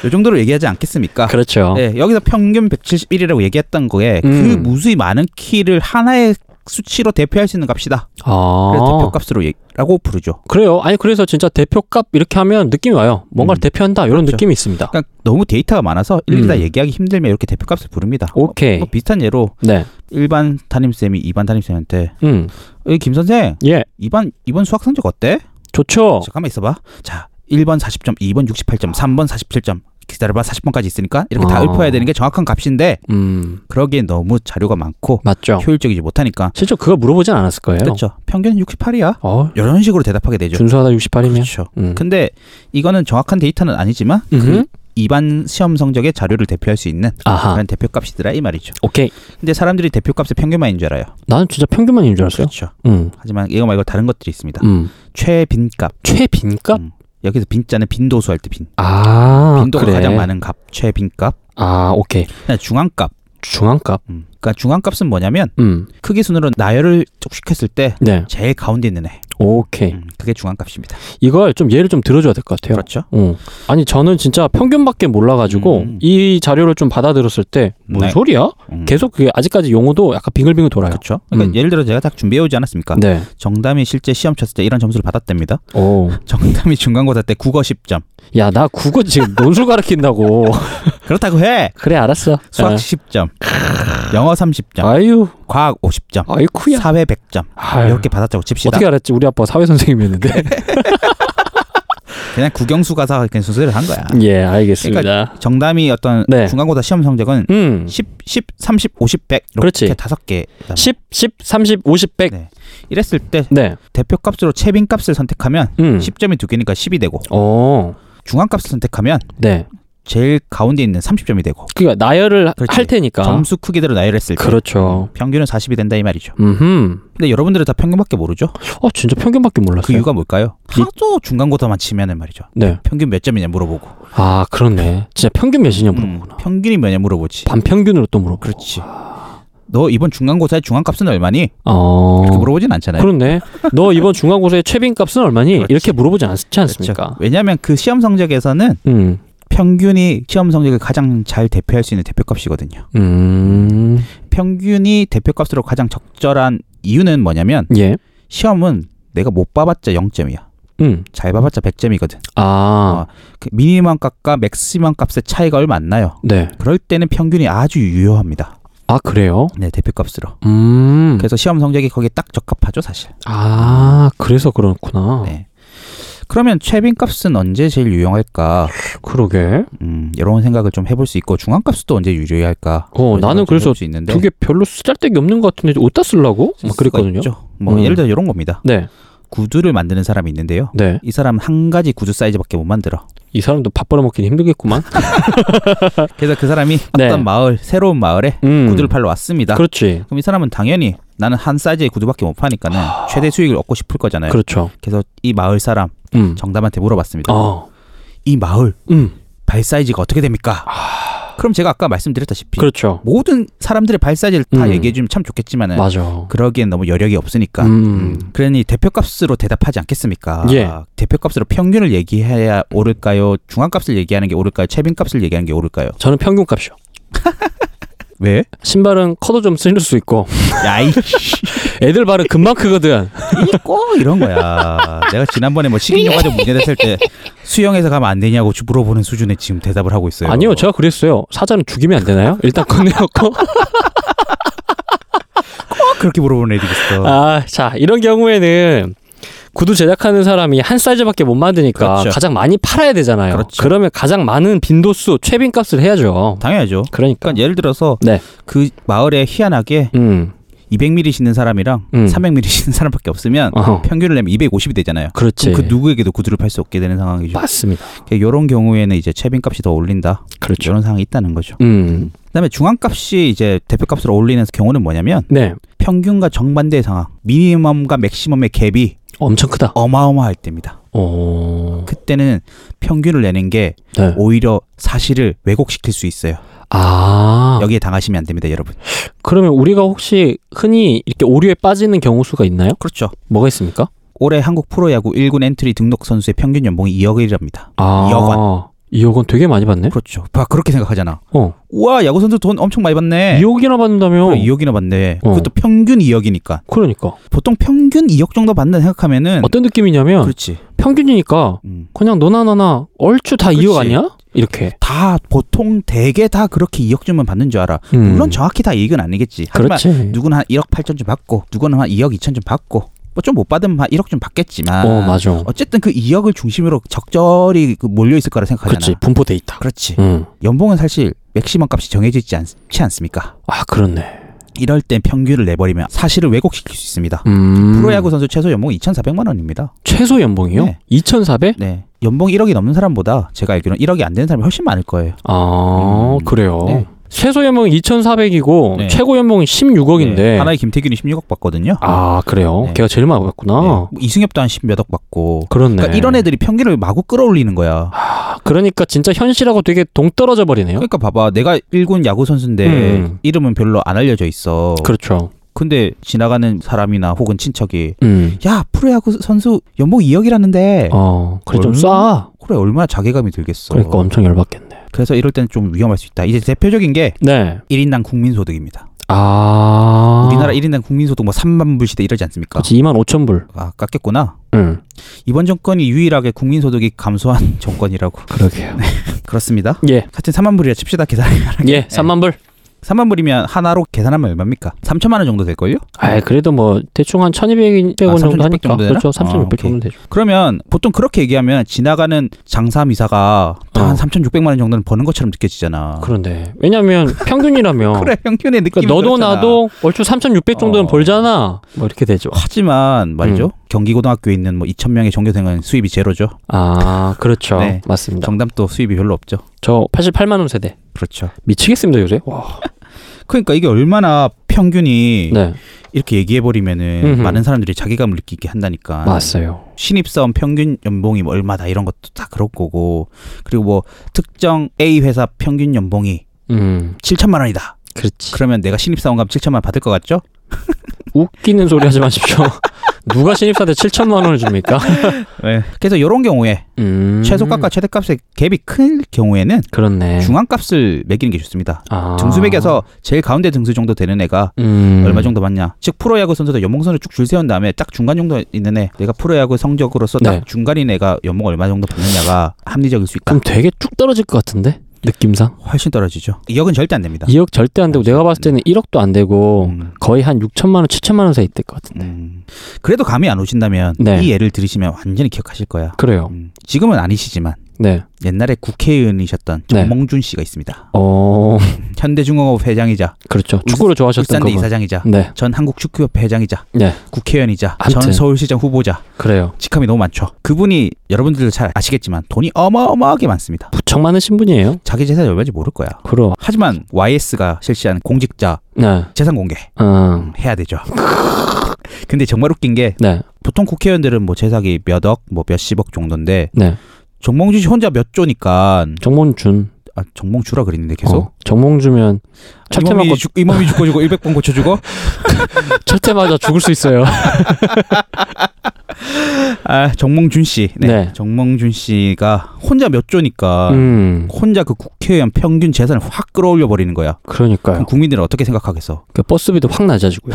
이 정도로 얘기하지 않겠습니까? 그렇죠. 네, 여기서 평균 171이라고 얘기했던 거에 그 음. 무수히 많은 키를 하나의 수치로 대표할 수 있는 값이다. 아. 그래서 대표값으로 얘기라고 부르죠. 그래요. 아니 그래서 진짜 대표값 이렇게 하면 느낌이 와요. 뭔가를 음. 대표한다 이런 그렇죠. 느낌이 있습니다. 그러니까 너무 데이터가 많아서 일일이 다 음. 얘기하기 힘들면 이렇게 대표값을 부릅니다. 오케이. 뭐 비슷한 예로 네. 일반 담임쌤이 2반 담임쌤한테 음. "어이, 김 선생, 예. 이번 이번 수학 성적 어때? 좋죠. 잠깐만 있어봐. 자, 1번 40점, 2번 68점, 3번 47점. 기다려봐 40번까지 있으니까 이렇게 다 아. 읊어야 되는 게 정확한 값인데 음. 그러기엔 너무 자료가 많고 맞죠. 효율적이지 못하니까 실제 로 어. 그거 물어보진 않았을 거예요. 그렇죠. 평균 68이야. 어. 이런 식으로 대답하게 되죠. 준수하다 68이면. 그렇죠. 음. 근데 이거는 정확한 데이터는 아니지만 음흠. 그 이반 시험 성적의 자료를 대표할 수 있는 아하. 그런 대표값이더라 이 말이죠. 오케이. 근데 사람들이 대표값의 평균만인 줄 알아요. 나는 진짜 평균만인 줄 알았어요. 그렇죠. 음. 하지만 이거 말고 다른 것들이 있습니다. 음. 최빈값. 최빈값? 음. 여기서 빈자는 빈도수 할 때 빈. 아. 빈도가 그래. 가장 많은 값, 최빈값. 아, 오케이. 그다음에 중앙값. 중앙값. 음. 그러니까 중앙값은 뭐냐면 음. 크기 순으로 나열을 쭉씩했을 때 네. 제일 가운데 있는 애. 오케이. 음, 그게 중앙값입니다. 이걸 좀 예. 예를 좀 들어줘야 될 것 같아요. 그렇죠. 어. 아니 저는 진짜 평균밖에 몰라가지고 음. 이 자료를 좀 받아들었을 때 뭔 네. 소리야? 음. 계속 그게 아직까지 용어도 약간 빙글빙글 돌아요. 그렇죠. 그러니까 음. 예를 들어 제가 딱 준비해 오지 않았습니까? 네. 정담이 실제 시험 쳤을 때 이런 점수를 받았답니다. 오. 정담이 중간고사 때 국어 10점. 야 나 국어 지금 논술 가르친다고. 그렇다고 해. 그래 알았어. 수학 아. 10점. 영어 30점. 아유, 과학 50점. 아이쿠야. 사회 100점. 아유. 이렇게 받았다고 칩시다. 어떻게 알았지? 우리 아빠 사회 선생님이었는데. 그냥 국영수 가사 그냥 수술을 한 거야. 예, 알겠습니다. 그러니까 정담이 어떤 네. 중간고사 시험 성적은 음. 10, 10, 30, 50, 100 이렇게 그렇지. 다섯 개. 10, 10, 30, 50, 100. 네. 이랬을 때 네. 대표값으로 채빈값을 선택하면 음. 10점이 두 개니까 10이 되고 어. 중앙값을 선택하면 네. 제일 가운데 있는 30점이 되고 그러니까 나열을 그렇지. 할 테니까. 점수 크기대로 나열했을 때 그러니까 그렇죠. 평균은 40이 된다 이 말이죠. 음. 근데 여러분들은 다 평균밖에 모르죠? 어, 진짜 평균밖에 몰랐어요. 그 이유가 뭘까요? 이- 하도 중간고사만 치면은 말이죠. 네. 평균 몇 점이냐 물어보고 아, 그렇네. 진짜 평균 몇이냐 물어보구나. 음, 평균이 몇냐 물어보지. 반평균으로 또 물어보고. 그렇지. 너 이번 중간고사의 중간값은 얼마니? 어. 이렇게 물어보진 않잖아요. 그렇네. 너 이번 중간고사의 최빈값은 얼마니? 그렇지. 이렇게 물어보지 않지 그렇죠. 않습니까? 왜냐하면 그 시험 성적에서는 음. 평균이 시험 성적을 가장 잘 대표할 수 있는 대표값이거든요. 음. 평균이 대표값으로 가장 적절한 이유는 뭐냐면 예. 시험은 내가 못 봐봤자 0점이야. 음. 잘 봐봤자 100점이거든. 어. 그 아. 미니멈 값과 맥시멈 값의 차이가 얼마 안 나요. 네. 그럴 때는 평균이 아주 유효합니다. 아, 그래요? 네, 대표값으로. 음. 그래서 시험 성적이 거기에 딱 적합하죠, 사실. 아, 그래서 그렇구나. 네. 그러면 최빈값은 언제 제일 유용할까? 그러게. 음, 이런 생각을 좀 해볼 수 있고 중앙값도 언제 유효할까? 어, 이런 나는 생각을 좀 그래서 해볼 수 있는데 그게 별로 쓰잘데기 없는 것 같은데 어디다 쓰려고? 쓸 막 아, 수가 그랬거든요. 있죠. 뭐 음. 예를 들어 이런 겁니다. 네. 구두를 만드는 사람이 있는데요. 네. 이 사람 한 가지 구두 사이즈밖에 못 만들어. 이 사람도 밥 벌어먹긴 힘들겠구만. 그래서 그 사람이 네. 어떤 마을, 새로운 마을에 음. 구두를 팔러 왔습니다. 그 그렇지. 럼이 사람은 당연히 나는 한 사이즈의 구두밖에 못 파니까는 최대 수익을 얻고 싶을 거잖아요. 아. 그렇죠. 그래서 이 마을 사람 음. 정답한테 물어봤습니다. 어. 이 마을 음. 발 사이즈가 어떻게 됩니까? 그럼 제가 아까 말씀드렸다시피 그렇죠. 모든 사람들의 발 사이즈를 다 음. 얘기해 주면 참 좋겠지만은 맞아. 네. 그러기엔 너무 여력이 없으니까. 음. 그러니 대표값으로 대답하지 않겠습니까? 예. 대표값으로 평균을 얘기해야 옳을까요? 중앙값을 얘기하는 게 옳을까요? 최빈값을 얘기하는 게 옳을까요? 저는 평균 값이요. 왜? 신발은 커도 좀 쓸릴 수 있고 야이 애들 발은 금방 크거든. 꼭 이런 거야. 내가 지난번에 뭐 식인영화제 문제 됐을 때 수영해서 가면 안 되냐고 주- 물어보는 수준에 지금 대답을 하고 있어요. 아니요, 제가 그랬어요. 사자는 죽이면 안 되나요? 일단 건네놓고. 꼭 그렇게 물어보는 애들이 있어. 아, 자 이런 경우에는 구두 제작하는 사람이 한 사이즈밖에 못 만드니까 그렇죠. 가장 많이 팔아야 되잖아요. 그렇죠. 러면 가장 많은 빈도수 최빈값을 해야죠. 당연하죠. 그러니까. 그러니까 예를 들어서 네. 그 마을에 희한하게 음. 200ml 신는 사람이랑 음. 300ml 신는 사람밖에 없으면 어. 평균을 내면 250이 되잖아요. 그렇지. 그럼 그 누구에게도 구두를 팔 수 없게 되는 상황이죠. 맞습니다. 이런 경우에는 이제 채빈값이 더 올린다. 그렇죠. 이런 상황이 있다는 거죠. 음. 그다음에 중앙값이 이제 대표값으로 올리는 경우는 뭐냐면 네. 평균과 정반대의 상황, 미니멈과 맥시멈의 갭이 엄청 크다. 어마어마할 때입니다. 어. 그때는 평균을 내는 게 네. 오히려 사실을 왜곡시킬 수 있어요. 아. 여기에 당하시면 안 됩니다, 여러분. 그러면 우리가 혹시 흔히 이렇게 오류에 빠지는 경우 수가 있나요? 그렇죠. 뭐가 있습니까? 올해 한국 프로야구 1군 엔트리 등록 선수의 평균 연봉이 2억이랍니다. 아. 이억 이억원 되게 많이 받네. 그렇죠. 봐, 그렇게 생각하잖아. 어. 우와, 야구 선수 돈 엄청 많이 받네. 이억이나 받는다며. 그래, 2억이나 음. 받네. 어. 그것도 평균 2억이니까. 그러니까. 보통 평균 2억 정도 받는다 생각하면은 어떤 느낌이냐면 그렇지. 평균이니까 음. 그냥 너나 나나 얼추 다 그치. 2억 아니야? 이렇게. 다 보통 대개 다 그렇게 2억쯤은 받는 줄 알아. 음. 물론 정확히 다 이익은 아니겠지. 하지만 그렇지. 누구는 한 1억 8천 좀 받고 누구는 한 2억 2천 좀 받고 뭐 좀 못 받으면 한 1억 좀 받겠지만 어, 맞아. 어쨌든 그 2억을 중심으로 적절히 그 몰려 있을 거라 생각하잖아. 그렇지. 분포돼 있다. 그렇지. 음. 연봉은 사실 맥시멈 값이 정해져 있지 않지 않습니까? 아, 그렇네. 이럴 땐 평균을 내버리면 사실을 왜곡시킬 수 있습니다. 음. 프로야구 선수 최소 연봉 2,400만 원입니다. 최소 연봉이요? 네. 2,400? 네. 연봉 1억이 넘는 사람보다 제가 알기로는 1억이 안 되는 사람이 훨씬 많을 거예요. 아, 음. 그래요. 네. 최소 연봉이 2,400이고 네. 최고 연봉이 16억인데. 네, 하나의 김태균이 16억 받거든요. 아, 그래요. 네. 걔가 제일 많이 네. 받구나. 뭐 이승엽도 한 십 몇 억 받고. 그렇네. 그러니까 이런 애들이 평균을 마구 끌어올리는 거야. 아, 그러니까 진짜 현실하고 되게 동떨어져 버리네요. 그러니까 봐봐, 내가 일군 야구 선수인데 음. 이름은 별로 안 알려져 있어. 그렇죠. 근데 지나가는 사람이나 혹은 친척이 음. 야 프로야구 선수 연봉 2억이라는데 어, 그래 좀 네. 얼마? 싸. 그래 얼마나 자괴감이 들겠어. 그러니까 엄청 열받겠네. 그래서 이럴 때는 좀 위험할 수 있다. 이제 대표적인 게 네. 1인당 국민소득입니다. 아. 우리나라 1인당 국민소득 뭐 3만 불 시대 이러지 않습니까? 그치, 2만 5천 불. 아 깎였구나. 응. 이번 정권이 유일하게 국민소득이 감소한 정권이라고. 그러게요. 그렇습니다. 예. 하여튼 3만 불이라 칩시다 계산하면 예, 3만 불. 3만 불이면 하나로 계산하면 얼마입니까? 3천만 원 정도 될 걸요? 아, 그래도 뭐 대충 한 1,200원 아, 정도 3,600 하니까. 정도 되나? 그렇죠. 3,600 아, 정도 되죠. 그러면 보통 그렇게 얘기하면 지나가는 장사 미사가 다 어. 한 3,600만 원 정도는 버는 것처럼 느껴지잖아. 그런데 왜냐면 평균이라면 그래 평균의 느낌이 그러니까 너도 그렇잖아. 나도 얼추 3,600 정도는 어. 벌잖아. 뭐 이렇게 되죠. 하지만 말이죠. 음. 경기고등학교에 있는 뭐 2,000명의 전교생은 수입이 제로죠. 아, 그렇죠. 네. 맞습니다. 정답도 수입이 별로 없죠. 저 88만 원 세대. 그렇죠. 미치겠습니다, 요새. 와. 그러니까 이게 얼마나 평균이 네. 이렇게 얘기해 버리면은 음흠. 많은 사람들이 자기감을 느끼게 한다니까. 맞아요. 신입사원 평균 연봉이 뭐 얼마다 이런 것도 다 그럴 거고. 그리고 뭐 특정 A 회사 평균 연봉이 음. 7천만 원이다. 그렇지. 그러면 내가 신입사원감 7천만 받을 것 같죠? 웃기는 소리 하지 마십시오. 누가 신입사한테 7천만 원을 줍니까? 예. 그래서 이런 경우에 음. 최소값과 최대값의 갭이 큰 경우에는 그렇네. 중앙값을 매기는 게 좋습니다. 아. 등수 매겨서 제일 가운데 등수 정도 되는 애가 음. 얼마 정도 받냐? 즉 프로야구 선수도 연봉선을 쭉 줄 세운 다음에 딱 중간 정도 있는 애, 내가 프로야구 성적으로서 딱 네. 중간인 애가 연봉 얼마 정도 받느냐가 합리적일 수 있다. 그럼 되게 쭉 떨어질 것 같은데 느낌상 훨씬 떨어지죠. 2억은 절대 안 됩니다. 2억 절대 안 되고 내가 봤을 때는 1억도 안 되고 음, 거의 한 6천만 원, 7천만 원 사이 될 것 같은데. 음. 그래도 감이 안 오신다면 네. 이 예를 들으시면 완전히 기억하실 거야. 그래요. 음, 지금은 아니시지만 네. 옛날에 국회의원이셨던 네. 정몽준 씨가 있습니다. 어 현대중공업 회장이자 그렇죠. 축구를 좋아하셨던 울산대 그분. 이사장이자 네. 전 한국축구협 회장이자 네. 국회의원이자 아무튼. 전 서울시장 후보자 그래요. 직함이 너무 많죠. 그분이 여러분들도 잘 아시겠지만 돈이 어마어마하게 많습니다. 무척 많으신 분이에요. 자기 재산이 얼마인지 모를 거야. 그럼. 하지만 YS가 실시한 공직자 네. 재산 공개 음. 해야 되죠. 근데 정말 웃긴 게 네. 보통 국회의원들은 뭐 재산이 몇 억, 뭐 몇십억 정도인데 네. 정몽준 씨 혼자 몇 조니까 정몽준. 아, 정몽주라 그랬는데 계속 어, 정몽주면 철퇴 이몸이 맞고 죽- 이몸이 죽고 주고 100번 고쳐 주고 철퇴 맞아 죽을 수 있어요. 아, 정몽준 씨. 네. 네. 정몽준 씨가 혼자 몇 조니까 음. 혼자 그 국회의원 평균 재산을 확 끌어올려 버리는 거야. 그러니까요. 그럼 국민들은 어떻게 생각하겠어? 그 버스비도 확 낮아지고요.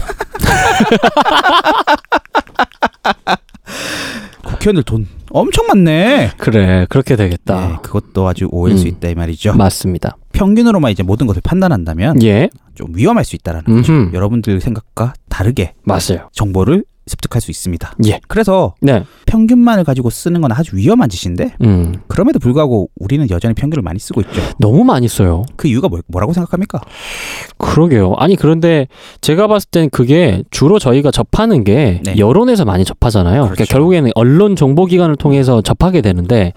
국회의원들 돈 엄청 많네. 그래. 그렇게 되겠다. 네, 그것도 아주 오해일 수 음. 있다 이 말이죠. 맞습니다. 평균으로만 이제 모든 것을 판단한다면 예. 좀 위험할 수 있다라는 음. 여러분들 생각과 다르게 맞아요. 정보를 습득할 수 있습니다. 예. 그래서 네. 평균만을 가지고 쓰는 건 아주 위험한 짓인데 음. 그럼에도 불구하고 우리는 여전히 평균을 많이 쓰고 있죠. 너무 많이 써요. 그 이유가 뭐, 뭐라고 생각합니까? 그러게요. 아니 그런데 제가 봤을 땐 그게 주로 저희가 접하는 게 네. 여론에서 많이 접하잖아요. 그러니까 그렇죠. 네. 결국에는 언론 정보 기관을 통해서 접하게 되는데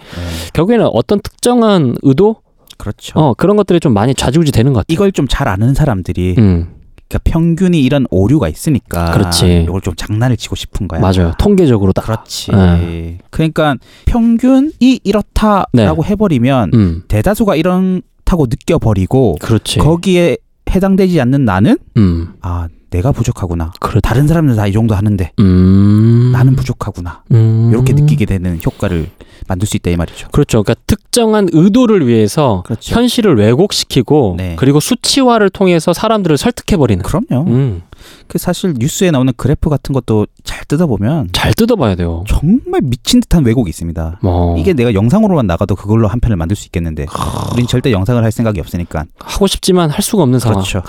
결국에는 어떤 특정한 의도 그렇죠. 어, 그런 것들이 좀 많이 좌지우지 되는 것 같아요. 이걸 좀 잘 아는 사람들이 음, 그러니까 평균이 이런 오류가 있으니까 그렇지. 이걸 좀 장난을 치고 싶은 거야. 맞아요. 통계적으로 다. 그렇지. 네. 그러니까 평균이 이렇다라고 해버리면 음, 대다수가 이렇다고 느껴버리고 그렇지. 거기에 해당되지 않는 나는 음, 아 내가 부족하구나. 그렇. 다른 사람들 다 이 정도 하는데 음, 나는 부족하구나. 음. 이렇게 느끼게 되는 효과를 만들 수 있다 이 말이죠. 그렇죠. 그러니까 특정한 의도를 위해서 그렇죠. 현실을 왜곡시키고 네. 그리고 수치화를 통해서 사람들을 설득해 버리는. 그럼요. 음, 그 사실 뉴스에 나오는 그래프 같은 것도 잘 뜯어보면 잘 뜯어봐야 돼요. 정말 미친 듯한 왜곡이 있습니다. 뭐 이게 내가 영상으로만 나가도 그걸로 한 편을 만들 수 있겠는데 우린 절대 영상을 할 생각이 없으니까 하고 싶지만 할 수가 없는 상황. 그렇죠 예,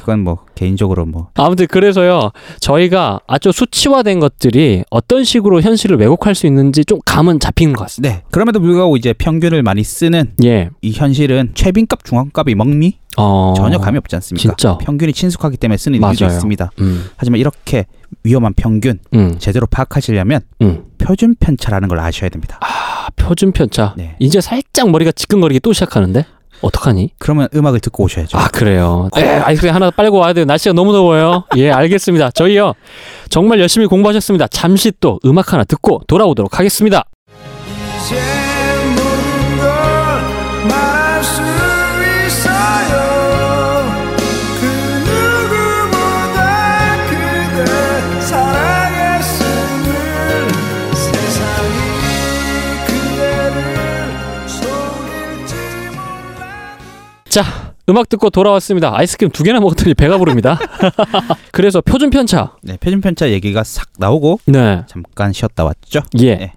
그건 뭐 개인적으로 뭐 아무튼 그래서요 저희가 아주 수치화된 것들이 어떤 식으로 현실을 왜곡할 수 있는지 좀 감은 잡힌 것 같습니다. 네. 그럼에도 불구하고 이제 평균을 많이 쓰는 예. 이 현실은 최빈값 중앙값이 먹미 어. 전혀 감이 없지 않습니까? 진짜. 평균이 친숙하기 때문에 쓰는 이유도 맞아요. 있습니다. 음. 하지만 이렇게 위험한 평균 음. 제대로 파악하시려면 음. 표준 편차라는 걸 아셔야 됩니다. 아 표준 편차. 네. 이제 살짝 머리가 지끈거리기 또 시작하는데 어떡하니? 그러면 음악을 듣고 오셔야죠. 아 그래요. 에 아이스크림 하나 빨고 와야 돼요. 날씨가 너무 더워요. 예 알겠습니다. 저희요 정말 열심히 공부하셨습니다. 잠시 또 음악 하나 듣고 돌아오도록 하겠습니다. 제 모든 걸 말할 수 있어요 그 누구보다 그대 사랑했음을 세상이 그대를 속일지 몰라 자, 음악 듣고 돌아왔습니다. 아이스크림 두 개나 먹었더니 배가 부릅니다. 그래서 표준 편차. 네, 표준 편차 얘기가 싹 나오고 네. 잠깐 쉬었다 왔죠. 예. 네.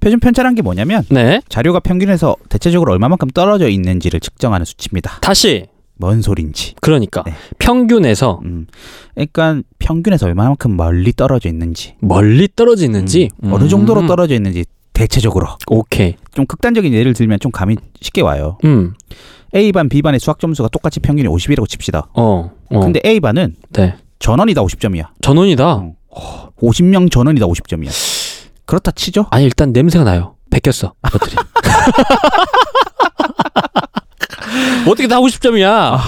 표준 편차란 게 뭐냐면 네. 자료가 평균에서 대체적으로 얼마만큼 떨어져 있는지를 측정하는 수치입니다. 다시 뭔 소린지. 그러니까 네. 평균에서 음. 그러니까 평균에서 얼마만큼 멀리 떨어져 있는지, 멀리 떨어지는지 음. 어느 정도로 음, 떨어져 있는지 대체적으로 오케이. 좀 극단적인 예를 들면 좀 감이 쉽게 와요. 음. A 반, B 반의 수학 점수가 똑같이 평균이 50이라고 칩시다. 어. 어. 근데 음. A 반은 네. 전원이 다 50점이야. 전원이다. 50명 전원이 다 50점이야. 그렇다 치죠? 아니 일단 냄새가 나요. 벗겼어. 것들이. 뭐 어떻게 다 50점이야? 아.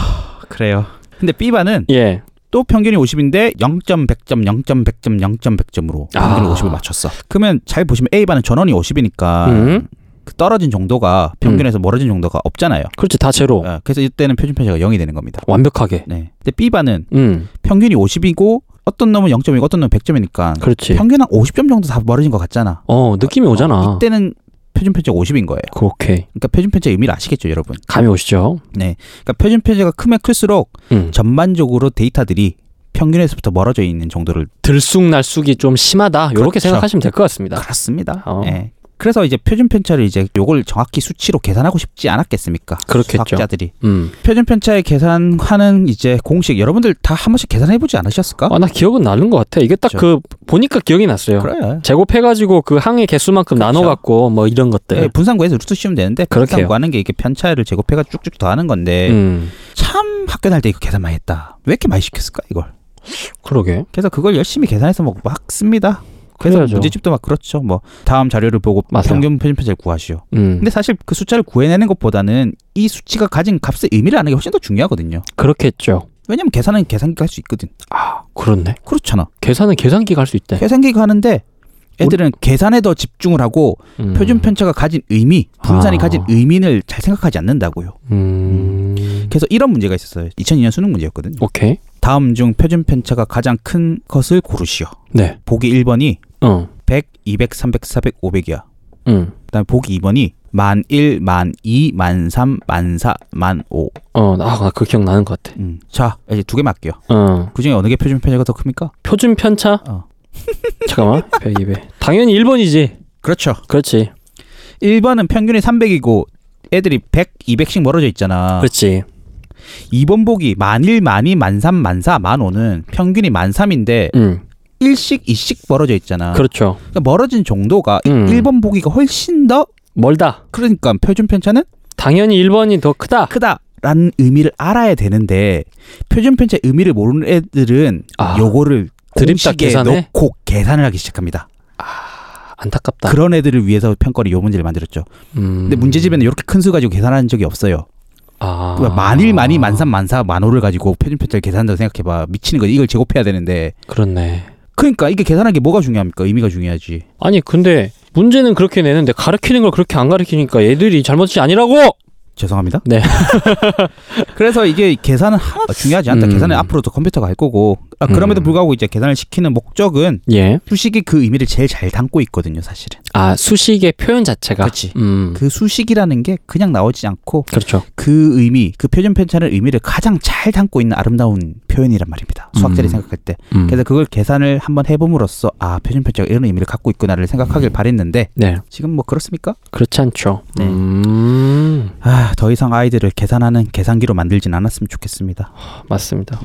그래요. 근데 B 반은 예. 또 평균이 50인데 0점, 100점, 0점, 100점, 0점, 100점으로 아. 평균을 50을 맞췄어. 그러면 잘 보시면 A반은 전원이 50이니까 음. 그 떨어진 정도가 평균에서 멀어진 정도가 없잖아요. 그렇지 다 제로. 어, 그래서 이때는 표준 편차가 0이 되는 겁니다. 완벽하게. 네. 근데 B반은 음. 평균이 50이고 어떤 놈은 0점이고 어떤 놈은 100점이니까 그렇지. 평균 한 50점 정도 다 멀어진 것 같잖아. 어, 느낌이 오잖아. 이때는 표준 편차가 50인 거예요. 그 오케이. 그러니까 표준 편차 의미를 아시겠죠, 여러분? 감이 오시죠? 네. 그러니까 표준 편차가 크면 클수록 음. 전반적으로 데이터들이 평균에서부터 멀어져 있는 정도를 들쑥날쑥이 좀 심하다. 요렇게 그렇죠. 생각하시면 될 것 같습니다. 그렇습니다. 어. 예. 그래서 이제 표준 편차를 이제 요걸 정확히 수치로 계산하고 싶지 않았겠습니까? 그렇겠죠. 학자들이 음. 표준 편차의 계산하는 이제 공식 여러분들 다 한 번씩 계산해 보지 않으셨을까? 아, 나 기억은 나는 것 같아. 이게 딱 그 보니까 기억이 났어요. 그래. 제곱해가지고 그 항의 개수만큼 나눠갖고 뭐 이런 것들. 예, 분산구에서 루트 씌우면 되는데 그렇게요. 분산구하는 게 이게 편차를 제곱해가 쭉쭉 더하는 건데 음, 참 학교 다닐 때 이거 계산 많이 했다. 왜 이렇게 많이 시켰을까 이걸? 그러게. 그래서 그걸 열심히 계산해서 막, 막 씁니다. 그래서 그래야죠. 문제집도 막 그렇죠. 뭐 다음 자료를 보고 맞아요. 평균 표준 편차를 구하시오. 음, 근데 사실 그 숫자를 구해내는 것보다는 이 수치가 가진 값의 의미를 아는 게 훨씬 더 중요하거든요. 그렇겠죠. 왜냐면 계산은 계산기가 할 수 있거든. 아, 그렇네. 그렇잖아. 계산은 계산기가 할 수 있대. 계산기가 하는데 애들은 계산에 더 집중을 하고 음. 표준 편차가 가진 의미, 분산이 아. 가진 의미를 잘 생각하지 않는다고요. 음, 그래서 이런 문제가 있었어요. 2002년 수능 문제였거든요. 오케이. 다음 중 표준 편차가 가장 큰 것을 고르시오. 네. 보기 1번이 어. 100, 200, 300, 400, 500이야. 음. 그다음에 보기 2번이 만 1, 만 2, 만 3, 만 4, 만 5. 어, 나- 아, 나그 기억 나는 것 같아. 음. 자, 이제 두 개 맞게요. 어. 그 중에 어느 게 표준 편차가 더 큽니까? 표준 편차? 어. 잠깐만. 100, 200. 당연히 1번이지. 그렇죠. 그렇지. 1번은 평균이 300이고 애들이 100, 200씩 멀어져 있잖아. 그렇지. 2번 보기 만일 만이 만삼 만사 만오는 평균이 만삼인데 음. 1씩 2씩 멀어져 있잖아. 그렇죠. 그러니까 멀어진 정도가 음. 1번 보기가 훨씬 더 멀다. 그러니까 표준 편차는 당연히 1번이 더 크다. 크다라는 의미를 알아야 되는데 표준 편차의 의미를 모르는 애들은 아. 요거를 드립딱 공식에 계산해? 넣고 계산을 하기 시작합니다. 안타깝다. 그런 애들을 위해서 평가리 요 문제를 만들었죠. 음. 근데 문제집에는 이렇게 큰 수 가지고 계산한 적이 없어요. 아. 그러니까 만일 만이 만삼 만사 만오를 가지고 표준 편차를 계산한다고 생각해봐 미치는 거지 이걸 제곱해야 되는데 그렇네. 그러니까 이게 계산한 게 뭐가 중요합니까 의미가 중요하지 아니 근데 문제는 그렇게 내는데 가르치는 걸 그렇게 안 가르치니까 얘들이 잘못이 아니라고. 죄송합니다 네. 그래서 이게 계산은 하나 중요하지 않다 음. 계산은 앞으로도 컴퓨터가 할 거고 아, 그럼에도 음. 불구하고 이제 계산을 시키는 목적은 예. 수식이 그 의미를 제일 잘 담고 있거든요 사실은 아 수식의 표현 자체가. 그렇지. 음. 그 수식이라는 게 그냥 나오지 않고 그렇죠. 그 의미 그 표준 편차의 의미를 가장 잘 담고 있는 아름다운 표현이란 말입니다 수학자들이 음. 생각할 때 음. 그래서 그걸 계산을 한번 해봄으로써 아 표준편차가 이런 의미를 갖고 있구나를 생각하길 바랬는데 네. 지금 뭐 그렇습니까? 그렇지 않죠. 네. 음. 아 더 이상 아이들을 계산하는 계산기로 만들진 않았으면 좋겠습니다. 맞습니다.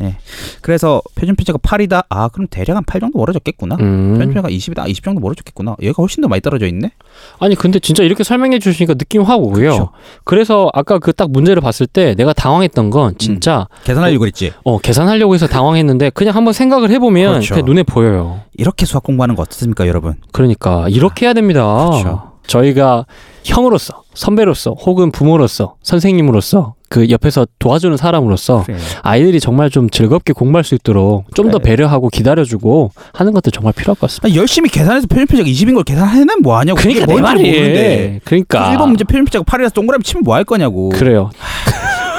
그래서 표준편차가 8이다. 아 그럼 대략 한 8 정도 멀어졌겠구나. 음. 표준편차가 20이다. 20 정도 멀어졌겠구나. 얘가 훨씬 더 많이 떨어져 있네. 아니 근데 진짜 이렇게 설명해 주시니까 느낌 확 오고요. 그렇죠. 그래서 아까 그 딱 문제를 봤을 때 내가 당황했던 건 진짜 계산하려고 그랬지. 어, 계산하려고 해서 당황했는데 그냥 한번 생각을 해보면 그렇죠. 그냥 눈에 보여요. 이렇게 수학 공부하는 거 어떻습니까, 여러분? 그러니까 이렇게 해야 됩니다. 그렇죠. 저희가 형으로서, 선배로서, 혹은 부모로서, 선생님으로서, 그 옆에서 도와주는 사람으로서 아이들이 정말 좀 즐겁게 공부할 수 있도록 좀 더 그래. 배려하고 기다려주고 하는 것도 정말 필요할 것 같습니다. 아니, 열심히 계산해서 표준편차가 20인 걸 계산해내면 뭐 하냐고. 그러니까 그게 내 뭔지 모르는데. 말이 그러니까 1번 문제 표준편차가 8이라서 동그라미 치면 뭐 할 거냐고. 그래요.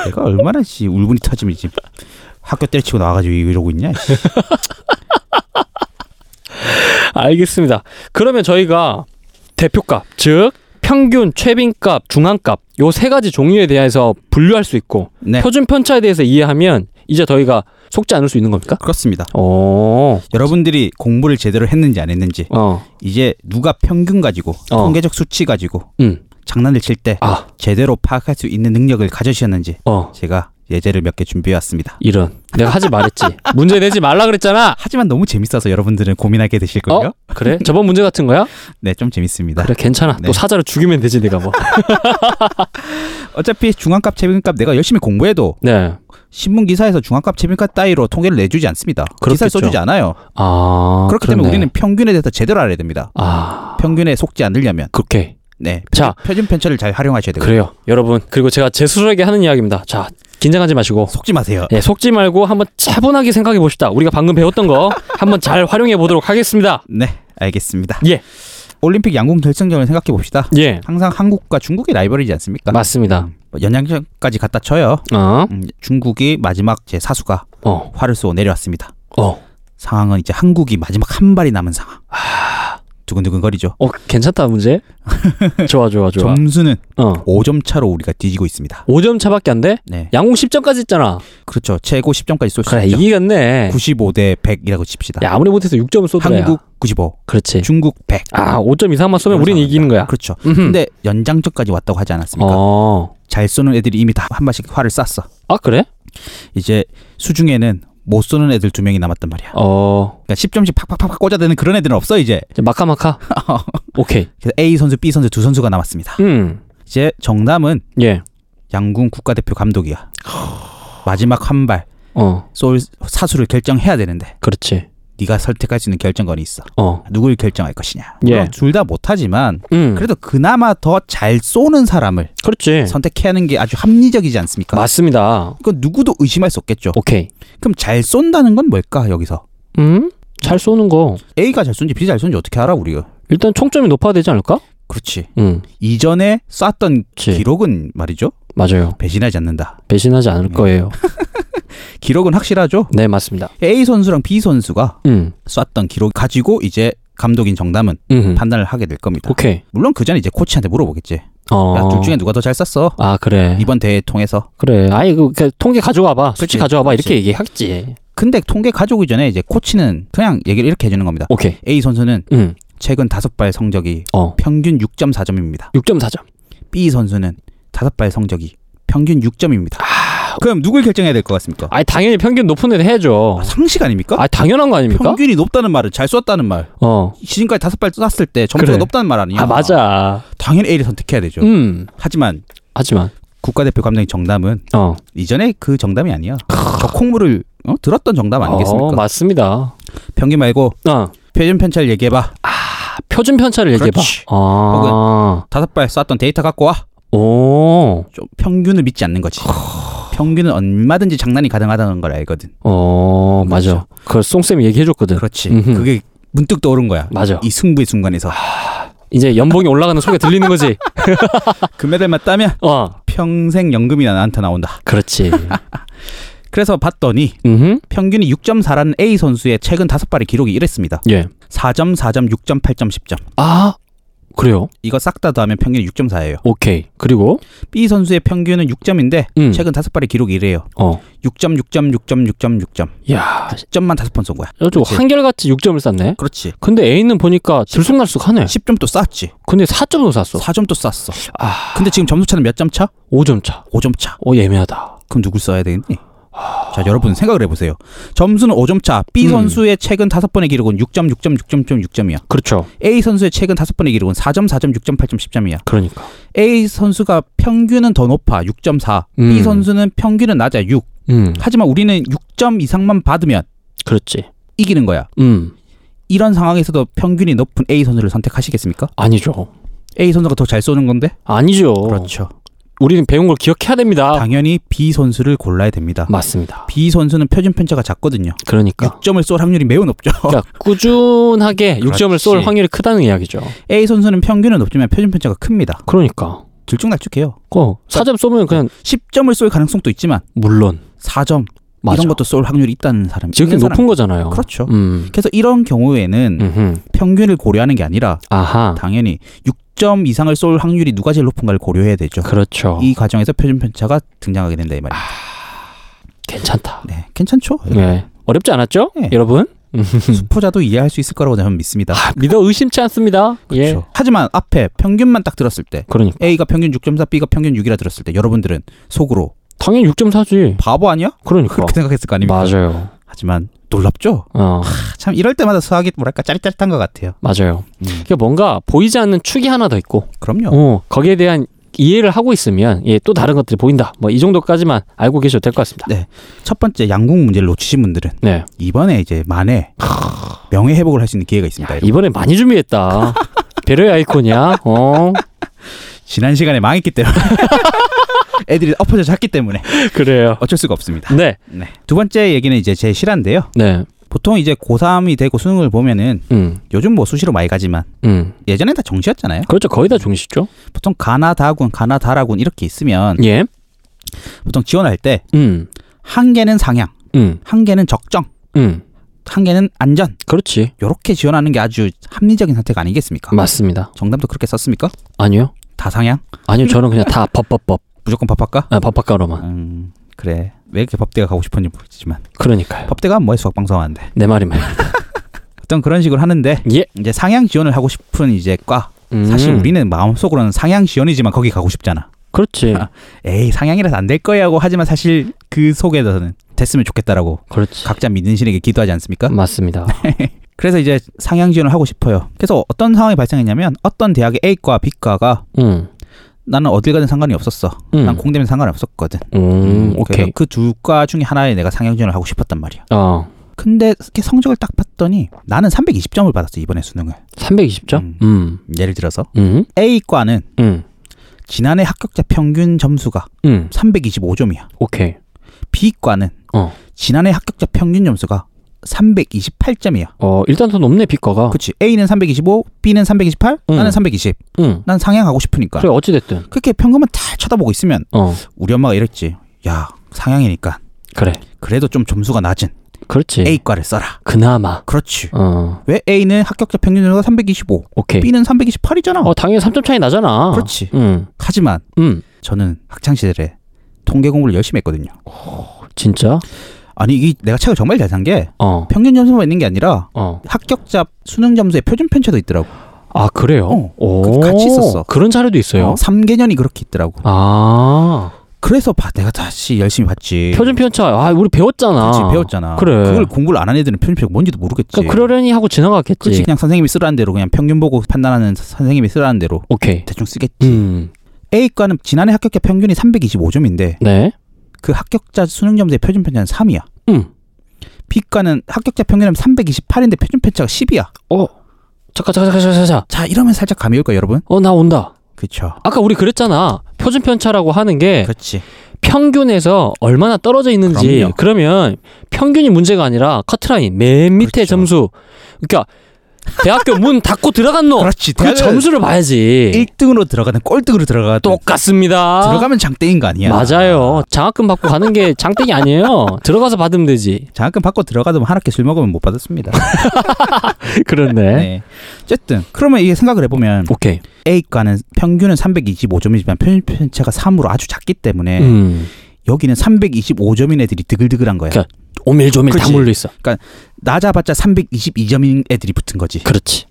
내가 얼마나 씨 울분이 터지면 지 학교 때려치고 나와가지고 이러고 있냐. 씨. 알겠습니다. 그러면 저희가 대표값, 즉 평균, 최빈값, 중앙값 요 세 가지 종류에 대해서 분류할 수 있고 네. 표준 편차에 대해서 이해하면 이제 저희가 속지 않을 수 있는 겁니까? 그렇습니다. 오. 여러분들이 공부를 제대로 했는지 안 했는지 어. 이제 누가 평균 가지고 어. 통계적 수치 가지고 음. 장난을 칠 때 아. 제대로 파악할 수 있는 능력을 가져주셨는지 어. 제가 예제를 몇 개 준비해 왔습니다. 이런. 내가 하지 말했지. 문제 내지 말라 그랬잖아. 하지만 너무 재밌어서 여러분들은 고민하게 되실 거예요. 어? 그래? 저번 문제 같은 거야? 네, 좀 재밌습니다. 그래 괜찮아. 네. 또 사자를 죽이면 되지 내가 뭐. 어차피 중앙값, 최빈값 내가 열심히 공부해도 네. 신문 기사에서 중앙값, 최빈값 따위로 통계를 내주지 않습니다. 그렇겠죠. 기사에 써주지 않아요. 아. 그렇기 그렇네. 때문에 우리는 평균에 대해서 제대로 알아야 됩니다. 아. 평균에 속지 않으려면 그렇게. 네, 자, 표준 편차를 잘 활용하셔야 되고 요 그래요. 여러분, 그리고 제가 제 스스로에게 하는 이야기입니다. 자, 긴장하지 마시고 속지 마세요. 예, 속지 말고 한번 차분하게 생각해 봅시다. 우리가 방금 배웠던 거 한번 잘 활용해 보도록 하겠습니다. 네, 알겠습니다. 예. 올림픽 양궁 결승전을 생각해 봅시다. 예. 항상 한국과 중국이 라이벌이지 않습니까? 맞습니다. 뭐 연장전까지 갔다 쳐요. 어. 음, 중국이 마지막 제 사수가 어. 활을 쏘고 내려왔습니다. 어. 상황은 이제 한국이 마지막 한 발이 남은 상황. 아. 두근두근 거리죠. 어 괜찮다 문제. 좋아 좋아 좋아. 점수는 어. 5점 차로 우리가 뒤지고 있습니다. 5점 차밖에 안 돼? 네. 양궁 10점까지 했잖아. 그렇죠. 최고 10점까지 쏠 수 그래 있죠. 이기겠네. 95 대 100이라고 칩시다. 야 아무리 못해도 6점은 쏟아야. 한국 95, 그렇지. 중국 100. 아 5점 이상만 쏘면 우린 이런 이기는 거야. 상황입니다. 그렇죠. 음흠. 근데 그러니까. 연장전까지 왔다고 하지 않았습니까? 어. 잘 쏘는 애들이 이미 다 한 발씩 화를 쐈어. 아 그래? 이제 수중에는 못 쏘는 애들 두 명이 남았단 말이야. 어. 그러니까 10점씩 팍팍팍팍 꽂아대는 그런 애들은 없어 이제. 이제 마카마카. 어. 오케이. 그래서 A 선수, B 선수 두 선수가 남았습니다. 음. 이제 정남은 예. 양궁 국가대표 감독이야. 마지막 한 발 쏠 어. 사수를 결정해야 되는데 그렇지. 네가 선택할 수 있는 결정권이 있어. 어. 누굴 결정할 것이냐. 예. 둘 다 못하지만 음. 그래도 그나마 더 잘 쏘는 사람을 그렇지. 선택해야 하는 게 아주 합리적이지 않습니까? 네. 맞습니다. 어. 그건 누구도 의심할 수 없겠죠. 오케이. 그럼 잘 쏜다는 건 뭘까 여기서? 음? 잘 쏘는 거. A가 잘 쏜지 B 잘 쏜지 어떻게 알아 우리가? 일단 총점이 높아야 되지 않을까? 그렇지. 음. 이전에 쐈던 그치. 기록은 말이죠. 맞아요. 배신하지 않는다. 배신하지 않을 음. 거예요. 기록은 확실하죠. 네, 맞습니다. A 선수랑 B 선수가 음. 쐈던 기록 가지고 이제 감독인 정담은 음. 판단을 하게 될 겁니다. 오케이. 물론 그 전에 이제 코치한테 물어보겠지. 어. 야, 둘 중에 누가 더 잘 쐈어? 아, 그래. 이번 대회 통해서. 그래. 아니, 그, 그 통계 가져와 봐. 수치 그치, 가져와 봐. 이렇게 그치. 얘기하겠지. 근데 통계 가져오기 전에 이제 코치는 그냥 얘기를 이렇게 해주는 겁니다. 오케이. A 선수는 음. 최근 다섯 발 성적이 어. 평균 6.4점입니다. 6.4점. B 선수는 다섯 발 성적이 평균 6점입니다. 아, 그럼 누굴 결정해야 될 것 같습니까? 아니, 당연히 평균 높은 애를 해야죠. 아, 상식 아닙니까? 아, 당연한 거 아닙니까? 평균이 높다는 말은 잘 쏘았다는 말. 어. 지금까지 다섯 발 쐈을 때 점수가 그래. 높다는 말 아니야? 아, 맞아. 당연히 A를 선택해야 되죠. 음. 하지만 하지만 국가대표 감독인 정담은 어. 이전에 그 정담이 아니야. 저 콩물을 어? 들었던 정담 아니겠습니까? 어, 맞습니다. 어. 아, 평균 말고 표준 편차를 얘기해봐. 표준 편차를 얘기해 봐. 그렇지. 아. 다섯 발 쐈던 데이터 갖고 와. 오. 좀 평균을 믿지 않는 거지. 평균은 얼마든지 장난이 가능하다는 걸 알거든. 어, 맞아. 그걸 송쌤이 얘기해 줬거든. 그렇죠. 그렇지. 음흠. 그게 문득 떠오른 거야. 맞아. 아. 이 승부의 순간에서 이제 연봉이 올라가는 소리가 들리는 거지. 금메달만 따면 어. 평생 연금이나 나한테 나온다. 그렇지. 그래서 봤더니 음. 평균이 6.4라는 A 선수의 최근 다섯 발의 기록이 이랬습니다. 예. 4점, 4점, 6점, 8점, 10점. 아. 그래요. 이거 싹 다 더하면 평균이 6.4예요. 오케이. 그리고 B 선수의 평균은 6점인데 음. 최근 다섯 발의 기록이 이래요. 어. 6점, 6점, 6점, 6점, 6점. 야, 10점만 다섯 번 쏜 거야. 저쪽 그치. 그렇죠. 한결같이 6점을 쌌네. 그렇지. 근데 A는 보니까 들쑥날쑥하네. 10점 또 쌌지. 근데 4점도 쌌어. 4점 또 쌌어. 아, 근데 지금 점수 차는 몇 점 차? 5점 차. 5점 차. 오, 예매하다. 그럼 누굴 써야 되겠니? 자, 여러분 생각을 해보세요. 점수는 5점 차. B 음. 선수의 최근 다섯 번의 기록은 6점, 6점, 6점, 6점이야. 그렇죠. A 선수의 최근 다섯 번의 기록은 4점, 4점, 6점, 8점, 10점이야. 그러니까. A 선수가 평균은 더 높아. 6.4. 음. B 선수는 평균은 낮아. 6. 음. 하지만 우리는 6점 이상만 받으면 그렇지. 이기는 거야. 음. 이런 상황에서도 평균이 높은 A 선수를 선택하시겠습니까? 아니죠. A 선수가 더 잘 쏘는 건데? 아니죠. 우리는 배운 걸 기억해야 됩니다. 그렇죠. 당연히 B 선수를 골라야 됩니다. 맞습니다. B 선수는 표준 편차가 작거든요. 그러니까. 6점을 쏠 확률이 매우 높죠. 그러니까 꾸준하게 6점을 쏠 어. 그렇지. 확률이 크다는 이야기죠. A 선수는 평균은 높지만 표준 편차가 큽니다. 그러니까. 들쭉날쭉해요. 어, 4점 쏘면 그냥 10점을 쏠 가능성도 있지만 물론. 4점 맞아. 이런 것도 쏠 확률이 있다는 사람이 지금 있는 높은 사람. 거잖아요. 그렇죠. 음. 그래서 이런 경우에는 음흠. 평균을 고려하는 게 아니라 아하. 당연히 6점 이상을 쏠 확률이 누가 제일 높은가를 고려해야 되죠. 그렇죠. 이 과정에서 표준 편차가 등장하게 된다 이 말이에요. 괜찮다. 네, 괜찮죠? 네. 어렵지 않았죠? 네. 여러분? 수포자도 이해할 수 있을 거라고 저는 믿습니다. 아, 믿어 의심치 않습니다. 예. 그렇죠. 하지만 앞에 평균만 딱 들었을 때 그러니까 A가 평균 6.4, B가 평균 6이라 들었을 때 여러분들은 속으로 당연히 6.4지. 바보 아니야? 그러니까. 그렇게 생각했을 거 아닙니까? 맞아요. 하지만 놀랍죠? 어. 아, 참 이럴 때마다 수학이 뭐랄까 짜릿짜릿한 것 같아요. 맞아요. 음. 그러니까 뭔가 보이지 않는 축이 하나 더 있고 그럼요. 어, 거기에 대한 이해를 하고 있으면 예, 또 다른 것들이 보인다. 뭐 이 정도까지만 알고 계셔도 될 것 같습니다. 네. 첫 번째 양궁 문제를 놓치신 분들은 네. 이번에 이제 만에 명예 회복을 할 수 있는 기회가 있습니다. 야, 네. 여러분. 아, 이번에 많이 준비했다. 배려의 아이콘이야. 어. 지난 시간에 망했기 때문에 애들이 엎어져 잤기 때문에 그래요. 어쩔 수가 없습니다. 네. 네. 두 번째 얘기는 이제 제 실화인데요. 네. 보통 이제 고3이 되고 수능을 보면은 음. 요즘 뭐 수시로 많이 가지만 음. 예전엔 다 정시였잖아요. 그렇죠. 거의 다 종시죠. 보통 가나다군, 가나다라군 이렇게 있으면 예. 보통 지원할 때 한 음. 개는 상향, 음. 한 개는 적정, 음. 한 개는 안전. 그렇지. 요렇게 지원하는 게 아주 합리적인 선택 아니겠습니까? 맞습니다. 정답도 그렇게 썼습니까? 아니요. 다상향? 아니요. 저는 그냥 다 법법법. 무조건 법학과? 아, 법학과로만. 음, 그래. 왜 이렇게 법대가 가고 싶었는지 모르겠지만 그러니까요. 법대가 뭐에 수학방송하는데 내 말이 말. 어떤 그런 식으로 하는데 예. 이제 상향 지원을 하고 싶은 이제 과 음, 사실 우리는 마음속으로는 상향 지원이지만 거기 가고 싶잖아 그렇지. 아. 에이 상향이라서 안 될 거야 하고 하지만 사실 그 속에서는 됐으면 좋겠다라고 그렇지. 각자 믿는 신에게 기도하지 않습니까? 음. 맞습니다. 그래서 이제 상향 지원을 하고 싶어요 그래서 어떤 상황이 발생했냐면 어떤 대학의 A과 B과가 음. 나는 어딜 가든 상관이 없었어 음. 난 공대면 상관이 없었거든 음, 오케이. 그두 과 중에 하나에 내가 상향 지원을 하고 싶었단 말이야 어. 근데 이렇게 성적을 딱 봤더니 나는 320점을 받았어 이번에 수능을 320점? 음. 예를 들어서 음. A과는 음. 지난해 합격자 평균 점수가 음. 325점이야 오케이. B과는 어. 지난해 합격자 평균 점수가 328점이야 어, 일단 더 높네, 비과가. 그치 A는 325 B는 328 음. 나는 320 응. 난 상향하고 싶으니까 그래, 어찌됐든. 그렇게 평균만 다 쳐다보고 있으면 어. 우리 엄마가 이랬지 야 상향이니까 그래. 그래도 좀 점수가 낮은 그렇지. A과를 써라 그나마. 그렇지 어. 왜 A는 합격자 평균 점수가 325 오케이. B는 328이잖아 예. 어, 당연히 3점 차이 나잖아. 그렇지. 응. 하지만 응. 저는 학창 시절에 통계 공부를 열심히 했거든요. 진짜? 아니 이 내가 책을 정말 잘 산 게 어. 평균 점수만 있는 게 아니라 어. 합격자 수능 점수의 표준 편차도 있더라고. 아, 그래요? 어. 오. 그- 같이 있었어. 그런 자료도 있어요. 3개년이 그렇게 있더라고. 아. 그래서 봐 내가 다시 열심히 봤지. 표준 편차. 아, 우리 배웠잖아. 그렇지, 예. 배웠잖아. 그래. 그걸 공부를 안 한 애들은 표준 편차가 뭔지도 모르겠지. 그러니까 그러려니 하고 지나갔겠지. 그렇지 그냥 선생님이 쓰라는 대로 그냥 평균 보고 판단하는 선생님이 쓰라는 대로 오케이. 대충 쓰겠지. 음. A과는 지난해 합격자 평균이 325점인데 네. 그 합격자 수능 점수의 표준 편차는 3이야. 음. B과는 합격자 평균은 328인데 표준 편차가 10이야. 어. 잠깐, 잠깐, 잠깐, 잠깐, 잠깐. 자, 이러면 살짝 감이 올까 여러분? 어, 나 온다. 그렇죠. 아까 우리 그랬잖아. 표준 편차라고 하는 게 그렇지. 평균에서 얼마나 떨어져 있는지 그럼요. 그러면 평균이 문제가 아니라 커트라인 맨 밑에 그렇죠. 점수 그러니까 대학교 문 닫고 들어간 놈그 그렇지. 대학은 점수를 봐야지 1등으로 들어가든 꼴등으로 들어가든 똑같습니다 아. 들어가면 장땡인 거 아니야? 맞아요 장학금 받고 가는 게 장땡이 아니에요 들어가서 받으면 되지 장학금 받고 들어가도 한학기 술 먹으면 못 받았습니다. 그렇네 네. 어쨌든 그러면 이게 생각을 해보면 오케이 A과는 평균은 325점이지만 표준 편차가 3으로 아주 작기 때문에 음. 여기는 325점인 애들이 드글드글한 거야. 그러니까 그러니까- 오밀조밀 다 그렇지. 몰려 있어 낮아봤자 322점인 애들이 붙은 거지. 그렇지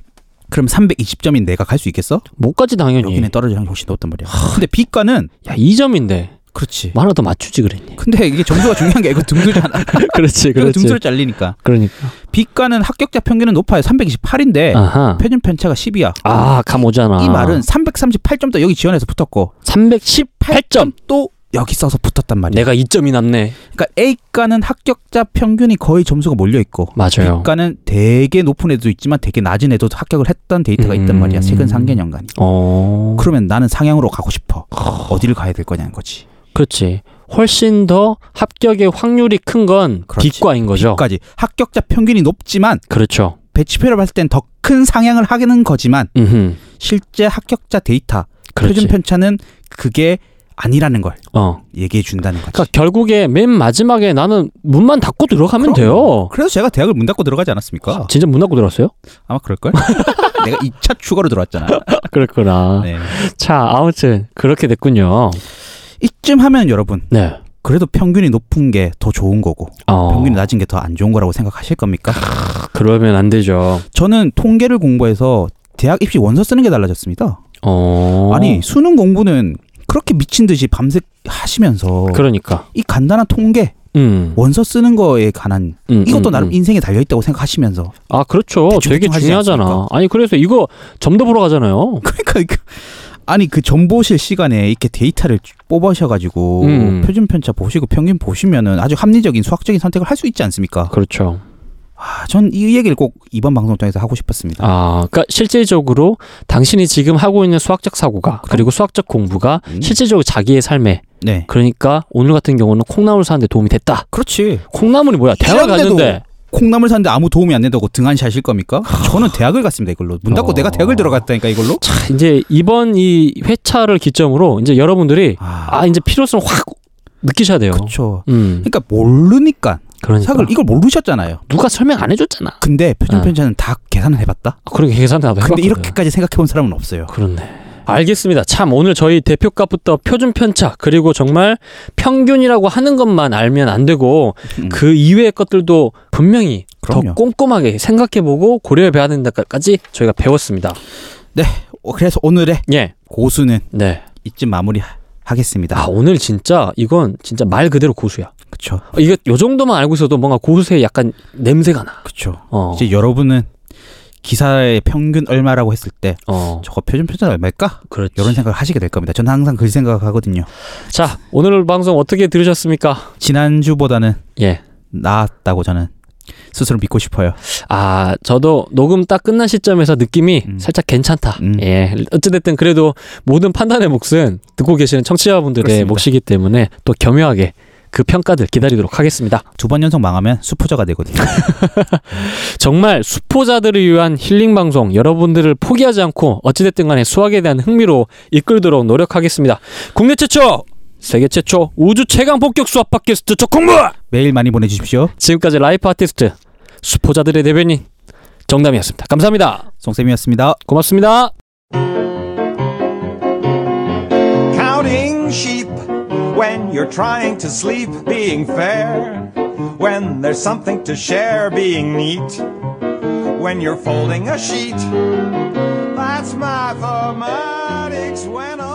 그럼 320점인 내가 갈 수 있겠어? 못까지 당연히 여기는 떨어질 확률이 훨씬 높단 말이야. 근데 B과는 야 2점인데 그렇지. 뭐 하나 더 맞추지 그랬니 근데 이게 점수가 중요한 게 이거 등수잖아. 그렇지 그래서 그렇지 등수를 잘리니까. 그러니까 B과는 합격자 평균은 높아요. 328인데 네. 아하 표준 편차가 10이야. 아감 오잖아 이 말은 338점도 여기 지원해서 붙었고 318점 또 여기 써서 붙었단 말이야. 내가 2점이 남네. 그러니까 A과는 합격자 평균이 거의 점수가 몰려 있고 맞아요. B과는 되게 높은 애도 있지만 되게 낮은 애도 합격을 했던 데이터가 있단 음. 말이야. 최근 3개년간이. 어. 그러면 나는 상향으로 가고 싶어. 어디를 가야 될 거냐는 거지. 그렇지. 훨씬 더 합격의 확률이 큰 건 그렇지. 비과인 거죠. 까지 그러니까 합격자 평균이 높지만 그렇죠. 배치표를 봤을 땐 더 큰 상향을 하는 거지만 음. 실제 합격자 데이터 그렇지. 표준 편차는 그게 아니라는 걸 어. 얘기해 준다는 거지. 그러니까 결국에 맨 마지막에 나는 문만 닫고 들어가면 돼요. 그래서 제가 대학을 문 닫고 들어가지 않았습니까? 진짜 문 닫고 들어왔어요? 아마 그럴걸? 내가 2차 추가로 들어왔잖아. 그렇구나. 네. 자, 아무튼 그렇게 됐군요. 이쯤 하면 여러분 네. 그래도 평균이 높은 게 더 좋은 거고 어. 평균이 낮은 게 더 안 좋은 거라고 생각하실 겁니까? 그러면 안 되죠. 저는 통계를 공부해서 대학 입시 원서 쓰는 게 달라졌습니다. 어. 아니 수능 공부는 그렇게 미친 듯이 밤새 하시면서 그러니까. 이 간단한 통계 음. 원서 쓰는 거에 관한 음, 어, 이것도 음, 나름 음. 인생에 달려 있다고 생각하시면서 아, 그렇죠. 대충 되게 대충 하지 중요하잖아. 않습니까? 아니, 그래서 이거 점도 보러 가잖아요. 그러니까 이거- 아니 그 정보실 시간에 이렇게 데이터를 쭉 뽑으셔가지고 음. 표준 편차 보시고 평균 보시면은 아주 합리적인 수학적인 선택을 할 수 있지 않습니까? 그렇죠. 아, 전 이 얘기를 꼭 이번 방송 통해서 하고 싶었습니다. 아, 그러니까 실제적으로 당신이 지금 하고 있는 수학적 사고가 그리고 수학적 공부가 그렇죠. 음. 실제적으로 자기의 삶에 네, 그러니까 오늘 같은 경우는 콩나물 사는데 도움이 됐다. 그렇지. 콩나물이 뭐야? 대학 이런데도 갔는데 콩나물 사는데 아무 도움이 안 된다고 등한시하실 겁니까? 저는 대학을 갔습니다 이걸로 문 닫고 어. 내가 대학을 들어갔다니까 이걸로. 캬, 이제 이번 이 회차를 기점으로 이제 여러분들이 아, 아 이제 필요성 을확 느끼셔야 돼요. 그렇죠. 음, 그러니까 모르니까 그러니까 사극을 이걸 모르셨잖아요. 누가 설명 안 해줬잖아. 근데 표준 아. 편찬은 다 계산을 해봤다. 아, 그러게 계산 다 근데 이렇게까지 생각해본 사람은 없어요. 그렇네. 알겠습니다. 참 오늘 저희 대표값부터 표준 편차 그리고 정말 평균이라고 하는 것만 알면 안 되고 음. 그 이외의 것들도 분명히 더 그럼요. 꼼꼼하게 생각해보고 고려해 봐야 된다까지 저희가 배웠습니다. 어, 그래서 오늘의 예, 고수는 네. 이쯤 마무리 하- 하겠습니다. 아 오늘 진짜 이건 진짜 말 그대로 고수야. 그쵸, 어, 이게 요 정도만 알고 있어도 뭔가 고수의 약간 냄새가 나. 그쵸. 어, 이제 여러분은 기사의 평균 얼마라고 했을 때 어, 저거 표준 편찬 얼마일까? 그렇지. 이런 생각을 하시게 될 겁니다. 저는 항상 그 생각하거든요. 자 오늘 방송 어떻게 들으셨습니까? 지난주보다는 예, 나았다고 저는 스스로 믿고 싶어요. 아, 저도 녹음 딱 끝난 시점에서 느낌이 음. 살짝 괜찮다. 음. 예. 어찌됐든 그래도 모든 판단의 몫은 듣고 계시는 청취자분들의 그렇습니다. 몫이기 때문에 또 겸허하게 그 평가들 기다리도록 하겠습니다. 두 번 연속 망하면 수포자가 되거든요. 정말 수포자들을 위한 힐링 방송 여러분들을 포기하지 않고 어찌됐든 간에 수학에 대한 흥미로 이끌도록 노력하겠습니다. 국내 최초, 세계 최초 우주 최강 본격 수학 팟캐스트 적공부! 메일 많이 보내주십시오. 지금까지 라이프 아티스트 수포자들의 대변인 정담이었습니다. 감사합니다. 송쌤이었습니다. 고맙습니다. counting sheep when you're trying to sleep, being fair, when there's something to share, being neat, when you're folding a sheet. That's my mathematics when I'm